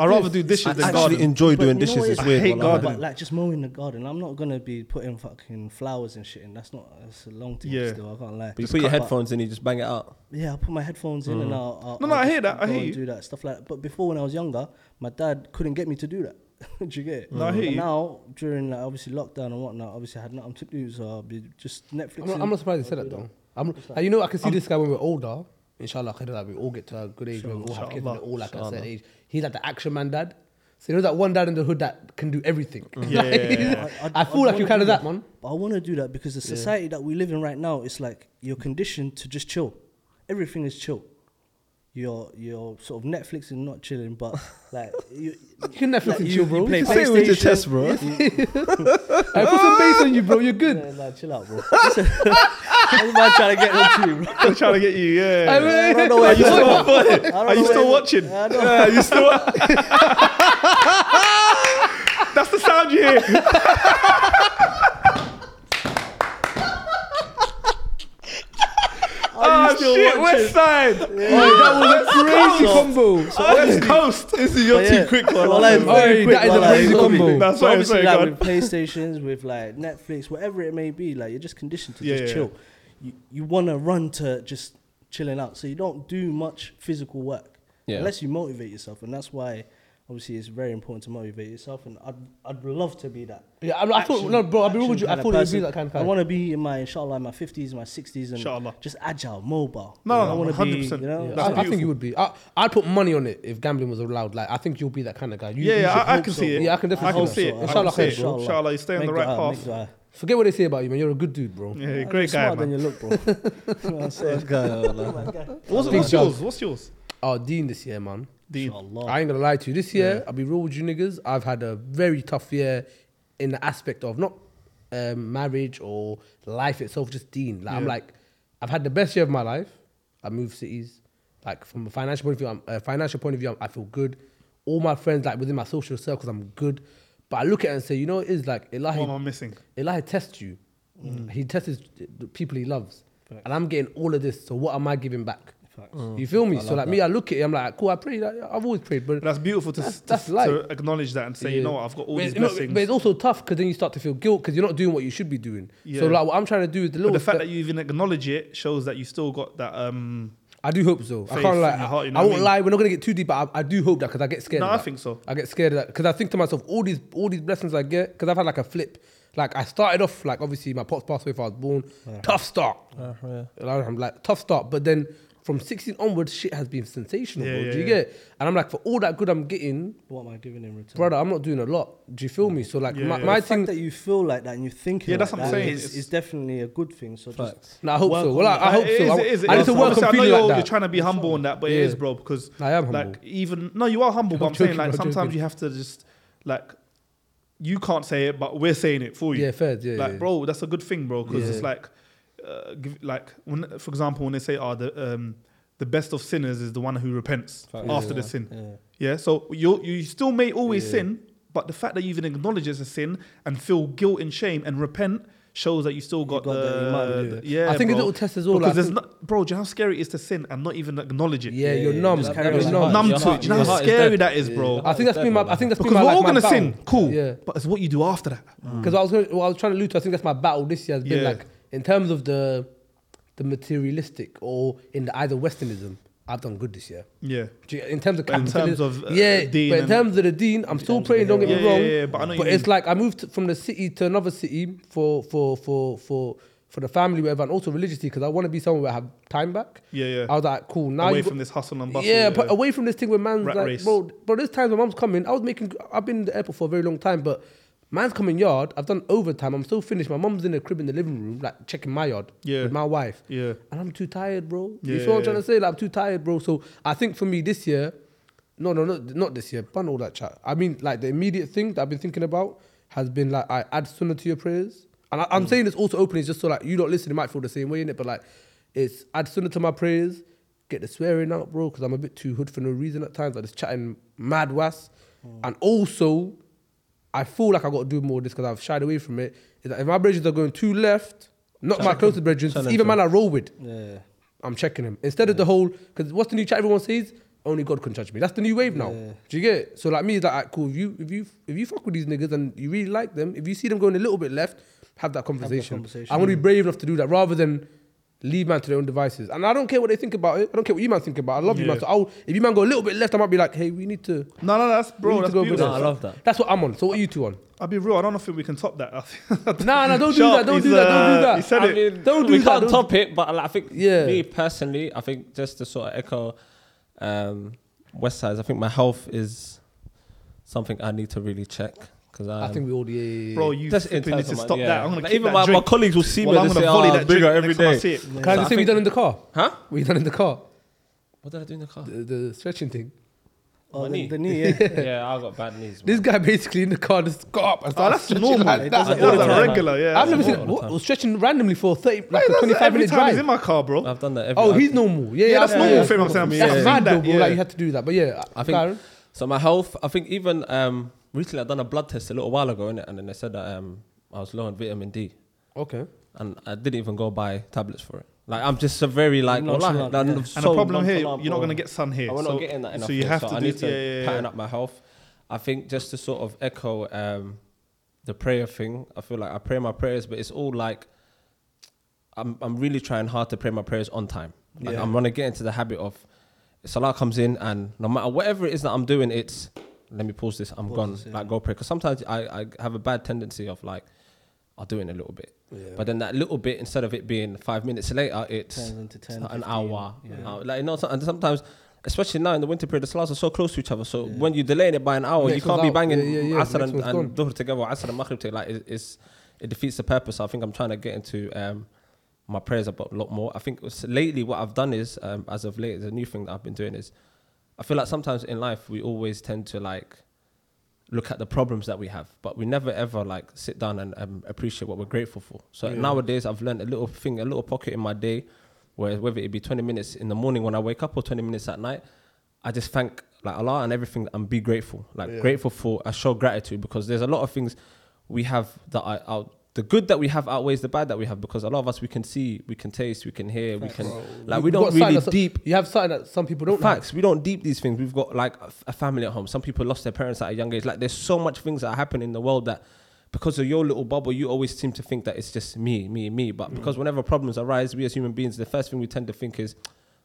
B: I'd rather do dishes
F: I
B: than
F: actually
B: garden.
F: enjoy
E: But
F: doing
E: you know
F: dishes.
E: what
F: It's
E: is-
F: weird.
B: I hate
F: wallah.
B: gardening.
E: But like just mowing the garden, I'm not gonna be putting fucking flowers and shit in. That's not. That's a long time
B: Yeah.
E: still. I can't lie.
D: But you put your
E: cut-
D: headphones in, you just bang it out.
E: Yeah, I will put my headphones in and I'll, I'll
B: Mm. No, no,
E: I'll
B: I
E: just
B: hear that, I
E: go
B: hear
E: and
B: you.
E: Do that stuff like that. But before, when I was younger, my dad couldn't get me to do that. do you get it?
B: No, I hear
E: But
B: you.
E: Now, during like obviously lockdown and whatnot, obviously I had nothing to do, so I'll be just Netflix.
A: I'm not, I'm not surprised they said that though. I'm, like, you know, I can see this guy when we're older. Inshallah, khair, like, we all get to a good age when we all have kids and they're all like a certain age. He's like the action man dad. So you know that one dad in the hood that can do everything.
B: Yeah,
A: Like,
B: yeah, yeah.
E: I-
A: I feel like
E: I'd wanna
A: you kind
E: do
A: of that, man.
E: But I want to do that because the society that we live in right now, it's like you're conditioned to just chill. Everything is chill. Your your sort of Netflix is not chilling, but like you,
A: You can Netflix and chill, bro.
E: play
A: You
F: Say it with your
E: PlayStation.
F: chest, bro.
A: I put some bass on you, bro. You're good.
E: Yeah, nah, chill out, bro. I'm trying to get onto you, bro.
B: I'm trying to get you,
A: I
B: yeah.
A: mean,
E: I don't know where
B: Are you
E: you're
B: still,
E: I don't
B: are you
E: know
B: still
E: where-
B: watching?
E: I don't-
B: Yeah, you still wa- That's the sound you hear.
E: Are
B: Ah,
E: you still
B: Oh, shit,
E: watching?
B: West Side. Oh,
A: Crazy combo.
B: West Coast. This is
E: But yeah, well, like,
A: Oi,
E: very quick,
A: that is a
E: well, like,
A: crazy
E: so
A: combo.
B: That's why I'm
E: obviously,
B: saying,
E: like
B: God.
E: with PlayStations, with like Netflix, whatever it may be, like you're just conditioned to
B: Yeah,
E: just
B: yeah.
E: chill. You, you want to run to just chilling out, so you don't do much physical work
D: Yeah.
E: unless you motivate yourself, and that's why obviously it's very important to motivate yourself. And I'd I'd love to be that.
A: Yeah, I, I thought,
E: action-
A: no, bro, I'll be real
E: action
A: with you. I
E: kinda
A: thought it would be
E: person.
A: that kind of
E: I
A: guy.
E: want to be in my inshallah, in my fifties, my sixties, and
B: Inshallah.
E: just agile, mobile.
B: No,
E: You know,
B: no,
E: I want to be.
B: 100%.
E: You know,
B: Yeah.
A: I,
B: That's
A: I think you would be. I, I'd put money on it if gambling was allowed. Like, I think you'll be that kind of guy. You,
B: Yeah,
A: you
B: yeah,
A: should
B: I, I
A: hope
B: can
A: so.
B: see it.
A: Yeah, I can
B: I
A: definitely
B: can
E: hope
A: see
B: see
E: so.
B: it.
E: I
B: I
A: hope
B: can see it.
A: so.
B: Inshallah, you stay on the
E: Make
B: right
E: dua, make
B: path.
E: dua.
A: Forget what they say about you, man. You're a good dude, bro.
B: Yeah,
E: You're
B: great guy,
E: smarter
B: man.
E: than you look, bro. You know what I'm saying?
B: What's,
A: Big
B: what's
A: job.
B: yours? What's yours?
A: Oh, Dean this year, man.
B: Dean.
A: I ain't gonna lie to you. This year, I'll be real with you niggas. I've had a very tough year in the aspect of not um, marriage or life itself, just Dean. Like, I'm
B: Yeah.
A: like, I've had the best year of my life. I moved cities. Like from a financial point of view, I'm, a financial point of view, I'm, I feel good. All my friends, like within my social circles, I'm good. But I look at it and say, you know, it is like Elahi
B: What am I missing?
A: Eli tests you. He tests the people he loves. And I'm getting all of this. So what am I giving back? You feel me? so like me, I look at it, I'm like, cool, I pray. Like, I've always prayed. But
B: But that's beautiful to,
A: That's-
B: to-
A: that's
B: to
A: life.
B: acknowledge that and say, you
A: Yeah.
B: know what, I've got all
A: But
B: these
A: it's- no,
B: blessings.
A: But it's also tough because then you start to feel guilt because you're not doing what you should be doing. So
B: Yeah.
A: like what I'm trying to do is the
B: But
A: little
B: the fact
A: step-
B: that you even acknowledge it shows that you still got that. Um,
A: I do hope so. I
B: faith
A: can't
B: in
A: lie.
B: your heart, you know
A: I
B: what I
A: won't
B: mean?
A: lie. We're not gonna get too deep, but I, I do hope that because I get scared.
B: No,
A: of
B: I
A: that.
B: think so.
A: I get scared of that because I think to myself, all these all these blessings I get because I've had like a flip. Like I started off like obviously my pops passed away if I was born.
B: Uh-huh.
A: Tough start. And I'm like tough start, but then from 16 onwards, shit has been sensational.
B: Yeah,
A: bro.
B: yeah,
A: do you
B: yeah.
A: get? it? And I'm like, for all that good I'm getting,
E: What am I giving in return?
A: brother, I'm not doing a lot. Do you feel me? So like
B: Yeah,
A: my,
B: yeah.
A: my
E: the fact
A: thing.
E: that you feel like that and you think
B: Yeah,
E: like
B: that's what I'm
E: that
B: saying.
E: is,
B: It's-
E: is definitely a good thing. So just
A: Nah, I hope
E: work
A: so.
E: on
A: Well, I,
E: it.
A: I hope
B: It
A: so.
B: is,
A: I,
B: it is, it
A: I need
B: is.
A: to work on
B: Obviously, I know
A: feeling
B: you're,
A: like that.
B: you're trying to be humble on that, but it
A: Yeah.
B: is, bro, because
A: I am humble.
B: like even no, you are humble, but I'm
A: joking,
B: saying like
A: I'm
B: sometimes
A: joking.
B: you have to just like you can't say it, but we're saying it for you.
A: yeah, fair. Yeah,
B: like,
A: yeah.
B: bro, that's a good thing, bro, because it's
A: Yeah.
B: like, uh, give, like when, for example, when they say, "Oh, the um, the best of sinners is the one who repents
D: Facts.
B: after the
D: Yeah.
B: sin."
E: Yeah.
B: Yeah, so you you still may always
A: Yeah.
B: sin, but the fact that you even acknowledge it's a sin and feel guilt and shame and repent shows that you still got,
E: got
B: the,
E: the iman,
B: the-
A: I think a
B: bro.
A: little test as well.
B: because
A: Like,
B: there's not, bro. Do you know how scary it is to sin and not even acknowledge it?
A: yeah,
E: Yeah,
A: you're
E: yeah,
A: numb.
E: just
A: You're
E: carry on.
A: numb.
E: Numb
B: numb
D: Your
B: to
D: heart-
B: it. Do you know
D: your
B: how
D: heart is
B: scary
D: dead.
B: that is, bro?
A: I think that's been my. I think that's been
B: Because
A: my.
B: we're
A: like,
B: all
A: my
B: gonna
A: battle.
B: sin, cool.
A: Yeah.
B: But it's what you do after that.
E: Mm.
A: Because I was gonna, well, I was trying to allude to. I think that's my battle this year has been
B: Yeah.
A: like in terms of the, the materialistic or in the eyes of Westernism. I've done good this year.
B: Yeah,
A: Do you- In terms of
B: But in
A: capitalism-
B: terms of, uh,
A: yeah,
B: Dean
A: but in
B: and-
A: terms of the dean, I'm still praying. Don't get me
B: Yeah, yeah,
A: wrong.
B: yeah, but I know you
A: it's
B: mean.
A: like I moved from the city to another city for for for for for the family, whatever, and also religiously because I want to be somewhere where I have time back.
B: yeah, yeah.
A: I was like, cool. Now
B: Away
A: you've got-
B: from this hustle and bustle.
A: yeah, but away from this thing where man's
B: Rat
A: like,
B: race.
A: bro, bro, there's times when mum's coming. I was making, I've been in the airport for a very long time, but man's coming yard. I've done overtime. I'm still finished. My mum's in the crib in the living room, like checking my yard
B: Yeah.
A: with my wife.
B: Yeah.
A: And I'm too tired, bro. you feel
B: Yeah,
A: what I'm
B: yeah,
A: trying
B: yeah.
A: to say? Like, I'm too tired, bro. So I think for me this year, no, no, no, not this year, Bun all that chat. I mean, like, the immediate thing that I've been thinking about has been like, I add sunnah to your prayers. And I, I'm saying this also openly, just so like you don't listen, it might feel the same way, innit? But like, it's add sunnah to my prayers, get the swearing out, bro, because I'm a bit too hood for no reason at times. I just chatting mad was. And also, I feel like I got to do more of this because I've shied away from it. Is that if my bridges are going too left, not my closest bridges, even man I roll with,
E: Yeah.
A: I'm checking him. Instead of the whole, because what's the new chat everyone says? Only God can judge me. That's the new wave now.
E: Yeah.
A: Do you get it? So like me, it's like alright, cool. If you if you if you fuck with these niggas and you really like them, if you see them going a little bit left, have that conversation.
E: conversation,
A: I'm gonna be brave enough to do that rather than leave man to their own devices. And I don't care what they think about it. I don't care what you man think about. it. I love you man.
B: Yeah.
A: So I'll, if you man go a little bit left, I might be like, hey, we need to.
B: No, no, that's
A: We
B: bro.
A: need
B: That's
A: to go with
B: beautiful.
A: this.
D: I love that.
A: That's what I'm on. So what are you two on?
B: I'll be real. I don't know if we can top that. I think-
A: Nah, nah, don't do
B: Sharp,
A: that. Don't
B: he's,
A: do that. Don't
B: uh,
A: do that.
B: he said
D: I
B: it.
D: mean,
A: Don't do
D: we
A: that,
D: can't
A: don't-
D: top it, but like, I think
A: Yeah.
D: me personally, I think just to sort of echo um, West Side's, I think my health is something I need to really check because I,
A: I think we all yeah, yeah, yeah.
B: bro, you
D: just in
B: flipping need
D: terms
B: to
D: of my-
B: stop that.
D: yeah.
B: I'm gonna
D: Like,
B: keep
D: even
B: that
D: my, my
B: drink.
D: colleagues will see
B: Well,
D: me
B: I'm
D: and they
B: gonna
D: say,
B: volley
D: "Oh,
B: that drink
D: bigger every
B: next time I
D: day."
B: see it.
A: Can I
D: So
A: just
D: I
A: say we
D: think-
A: done in the car?
D: Huh?
A: We done in the car.
D: What did I do in the car?
A: The, the stretching thing.
E: Oh,
D: My knee.
E: the, the knee, yeah.
D: yeah, I got bad knees.
A: This
D: man.
A: guy basically in the car just got up and started
B: Oh, that's
A: stretching
B: normal.
A: like
E: He
A: that.
E: does that
B: Yeah,
E: all the
B: that's
E: time.
B: regular, yeah.
A: I've never seen
D: all
A: it.
D: the
A: What,
D: time.
A: was stretching randomly for 30, like
B: He
A: a
B: does that
A: 25
B: every
A: minute
B: time he's in
A: drive.
B: my car, bro.
D: I've done that. Every
A: Oh,
D: I've
A: he's normal. Yeah,
B: Yeah,
A: yeah,
B: that's
A: yeah,
B: normal
A: yeah.
B: for him, I'm saying.
A: That's
B: Yeah.
A: mad though,
B: Yeah.
A: bro. Like you had to do that, but yeah,
D: I think so. My health. I think even um, recently I done a blood test a little while ago, innit? and then they said that um, I was low on vitamin D,
A: okay.
D: and I didn't even go buy tablets for it. Like I'm just a very like
E: Nonchalant,
D: I'm
E: yeah.
D: so
B: And the problem here,
D: nonchalant,
B: you're not
D: bro.
B: gonna get sun here.
D: I we're
B: so,
D: not getting that enough.
B: So you
D: here,
B: have
D: so
B: to
D: I
B: do
D: need to
B: yeah, yeah, yeah.
D: pattern up my health. I think just to sort of echo um, the prayer thing. I feel like I pray my prayers, but it's all like I'm I'm really trying hard to pray my prayers on time. Like
E: Yeah.
D: I'm gonna get into the habit of Salah comes in and no matter whatever it is that I'm doing, it's let me pause this. I'm
E: Pause
D: gone.
E: this, yeah.
D: Like go pray because sometimes I I have a bad tendency of like I'll do it in a little bit, but then that little bit instead of it being five minutes later, it's
E: Turns into 10,
D: it's not an
E: 15,
D: hour.
E: yeah.
D: an hour. Like, you know, so- and sometimes, especially now in the winter period, the salats are so close to each other. So when you're delaying it by an hour,
A: Next
D: you can't
A: one's
D: be
A: out.
D: banging
A: Yeah, yeah, yeah.
D: Asr
A: Next
D: and,
A: one's
D: and Dhuhr together, or Asr and Maghrib together. Like, it, it's, it defeats the purpose. I think I'm trying to get into um, my prayers a bu- lot more. I think s- lately what I've done is, um, as of late, the new thing that I've been doing is, I feel like sometimes in life we always tend to like look at the problems that we have, but we never ever like sit down and um, appreciate what we're grateful for. So nowadays, I've learned a little thing, a little pocket in my day, where whether it be 20 minutes in the morning when I wake up or 20 minutes at night, I just thank like Allah and everything and be grateful. Like grateful for, I show gratitude because there's a lot of things we have that are out. The good that we have outweighs the bad that we have because a lot of us we can see, we can taste, we can hear, we can like
A: You've got
D: we don't
A: something
D: really
A: that's-
D: deep
A: You have something that some people don't. Have.
D: facts. We don't deep these things. We've got like a, f- a family at home. Some people lost their parents at a young age. Like there's so much things that happen in the world that because of your little bubble, you always seem to think that it's just me, me, me. But because whenever problems arise, we as human beings, the first thing we tend to think is,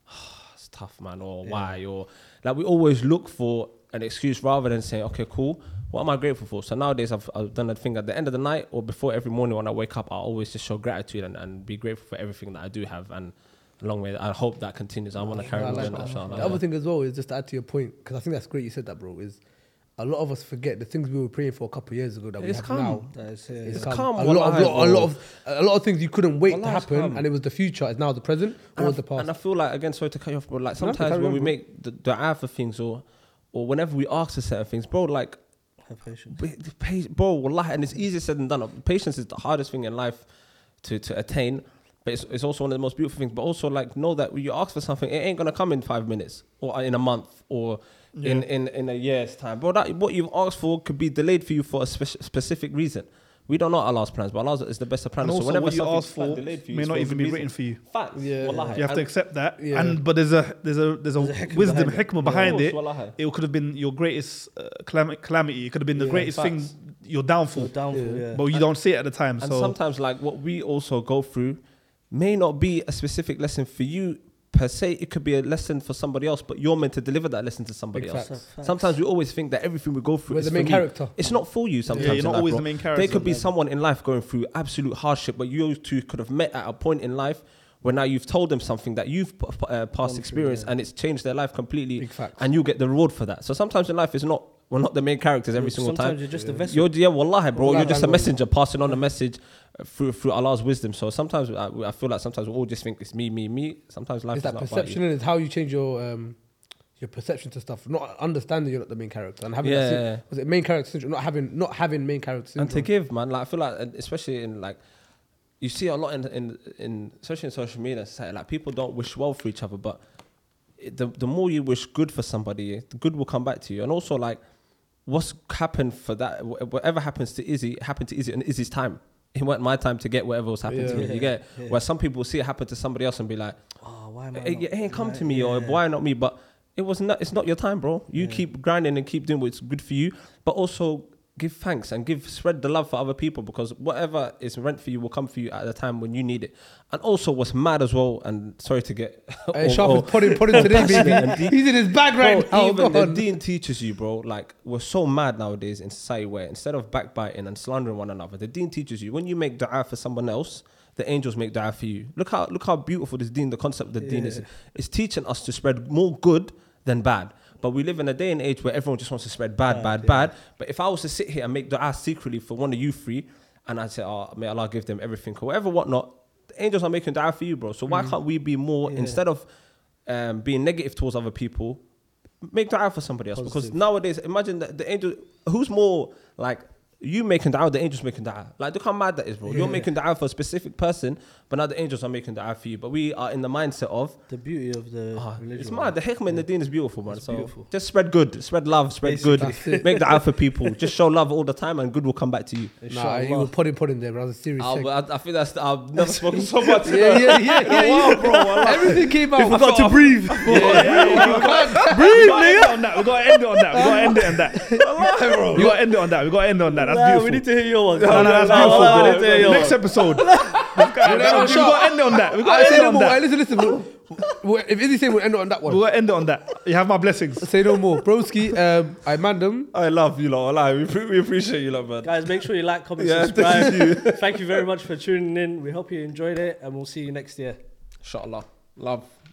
D: "Ah, it's tough, man, or why, or like we always look for an excuse rather than saying, okay, cool. What am I grateful for? So nowadays, I've, I've done a thing at the end of the night or before every morning when I wake up, I always just show gratitude and, and be grateful for everything that I do have. And long way, I hope that continues. I want to carry
A: I
D: on
A: like
D: doing
A: that.
D: that, inshallah.
A: The other thing as well is just to add to your point because I think that's great. You said that, bro. Is a lot of us forget the things we were praying for a couple of years ago that we
D: It's
A: have
D: come.
A: now.
E: That is, yeah,
A: It's
E: yeah.
A: come.
D: come,
A: a, lot of,
D: wallahi,
A: a lot of a lot of things you couldn't wait to
D: Wallahi, it's
A: happen,
D: come.
A: and it was the future. It's now the present or
D: and,
A: the
D: I,
A: past.
D: and I feel like again, sorry to cut you off, but like
A: No, no,
D: sometimes
A: carry
D: when
A: on,
D: we
A: bro.
D: make the dua for things or or whenever we ask for certain things, bro, like
E: Have patience.
D: b- the pa- bro, wallahi, and it's easier said than done. Patience is the hardest thing in life to to attain. But it's, it's also one of the most beautiful things. But also, like, know that when you ask for something, it ain't gonna come in five minutes, or uh, in a month, or in, in in a year's time. Bro, that what you've asked for could be delayed for you for a spec- specific reason. We don't know Allah's plans, but Allah is the best of plans.
B: And
D: so
B: also,
D: whenever
B: what you
D: something's
B: ask for
D: delayed for you,
B: may
D: it's
B: not
D: for a
B: even
D: good
B: be
D: reason.
B: written for you.
D: Facts.
A: Yeah.
D: Wallahi.
B: You have to
D: And-
B: accept that.
A: Yeah.
B: And but there's a there's a there's a
E: There's a hikmah
B: wisdom
E: behind it.
B: hikmah behind
D: Of
B: it. Um,
D: course, wallahi.
B: It could have been your greatest uh, calam- calamity. It could have been the
E: Yeah,
B: greatest
D: facts.
B: thing, your downfall.
E: Your downfall,
A: Yeah.
E: yeah.
B: But you don't see it at the time.
D: And
B: So
D: sometimes, like what we also go through, may not be a specific lesson for you per se. It could be a lesson for somebody else, but you're meant to deliver that lesson to somebody
A: Big
D: else.
E: facts. Facts.
D: Sometimes we always think that everything we go through
A: We're
D: is
A: the
D: for
A: main
D: me.
A: character.
D: It's not for you sometimes.
B: you're
D: in
B: not
D: life,
B: always
D: bro.
B: the main
D: There
B: character.
D: could be someone in life going through absolute hardship, but you two could have met at a point in life where now you've told them something that you've p- p- uh, past experience and it's changed their life completely,
A: Big facts.
D: and you get the reward for that. So sometimes in life, it's not we're not the main characters every single
E: Sometimes
D: time.
E: you're just a vessel.
D: You're yeah, wallahi, bro.
A: Wallahi,
D: you're just a
A: man,
D: messenger passing on a message uh, through through Allah's wisdom. So sometimes I, I feel like sometimes we all just think it's me, me, me. Sometimes life
A: it's
D: is
A: that
D: not about
A: perception
D: you.
A: and it's how you change your um, your perception to stuff, not understanding you're not the main character and having
D: Yeah,
A: that syn-
D: yeah, yeah.
A: was it main character syndrome, not having not having main character syndrome.
D: and to give, man. Like I feel like, and especially in like, you see a lot in in, in especially in social media and society. Like people don't wish well for each other, but it, the the more you wish good for somebody, the good will come back to you. And also like, what's happened for that? wha- Whatever happens to Izzy happened to Izzy in Izzy's time. It weren't my time to get whatever was happening to
A: Yeah.
D: me. You get it? where some people see it happen to somebody else and be like,
E: Oh, why am I
D: it,
E: not-
D: it ain't come
E: why-
D: to me or
E: yeah.
D: why not me but It was not. It's not your time, bro. You keep grinding and keep doing what's good for you, but also give thanks and give spread the love for other people because whatever is meant for you will come for you at a time when you need it. And also, what's mad as well. And sorry to get.
A: Hey,
D: all-
A: Uh, Sharp
D: all-
A: is putting, putting today,
D: Yeah,
A: baby.
D: indeed.
A: He's in his bag right
D: Bro,
A: now.
D: even
A: go
D: the
A: on.
D: dean teaches you, bro. Like we're so mad nowadays in society where instead of backbiting and slandering one another, the dean teaches you when you make du'a for someone else, the angels make du'a for you. Look how look how beautiful this dean, the concept of the dean is. It's teaching us to spread more good than bad. But we live in a day and age where everyone just wants to spread bad, bad, bad. But if I was to sit here and make du'a secretly for one of you three, and I say, "Oh, may Allah give them everything," or whatever, whatnot, the angels are making du'a for you, bro. So why can't we be more instead of um, being negative towards other people, make dua for somebody else. Because nowadays, imagine that the angel, who's more like you making dua, the angels making dua. Like look how mad that is, bro. You're making dua for a specific person, but now the angels are making dua for you. But we are in the mindset of.
E: The beauty of the
D: ah,
E: religion.
D: it's mad. The hikmah in the deen is beautiful, man. So
E: beautiful.
D: just spread good, spread love, spread
A: Basically.
D: good. Make dua for people. Just show love all the time, and good will come back to you.
A: Nah, you were putting, putting there, bro. That was a serious
D: Ah,
A: thing.
D: but I, I think that's. I've never spoken so much.
A: Yeah, yeah, yeah. yeah, yeah. Everything came out.
D: Oh, forgot to
A: breathe.
B: we gotta end it on that. We gotta end it on that. We gotta end it on that. We gotta end it on that. We gotta end it on that. That's beautiful.
E: to hear your one.
B: No, no, that's
E: Nah,
B: beautiful.
E: nah,
B: bro.
E: nah, nah, nah,
B: Next episode. We've got we've got to end it on that. We've got
A: I
B: to
A: say
B: end it
A: no
B: on
A: more. Hey,
B: that.
A: listen, listen. We'll, we'll, if Izzy say we'll end it on that
B: We've
A: one,
B: got to end it on that. You have my blessings.
A: say no more. Broski, um, I man them.
D: I love you, lot. I we, we appreciate you, lot, man.
E: Guys, make sure you like, comment,
D: Yeah,
E: subscribe. Thank you very much for tuning in. We hope you enjoyed it, and we'll see you next year.
D: Inshallah, love.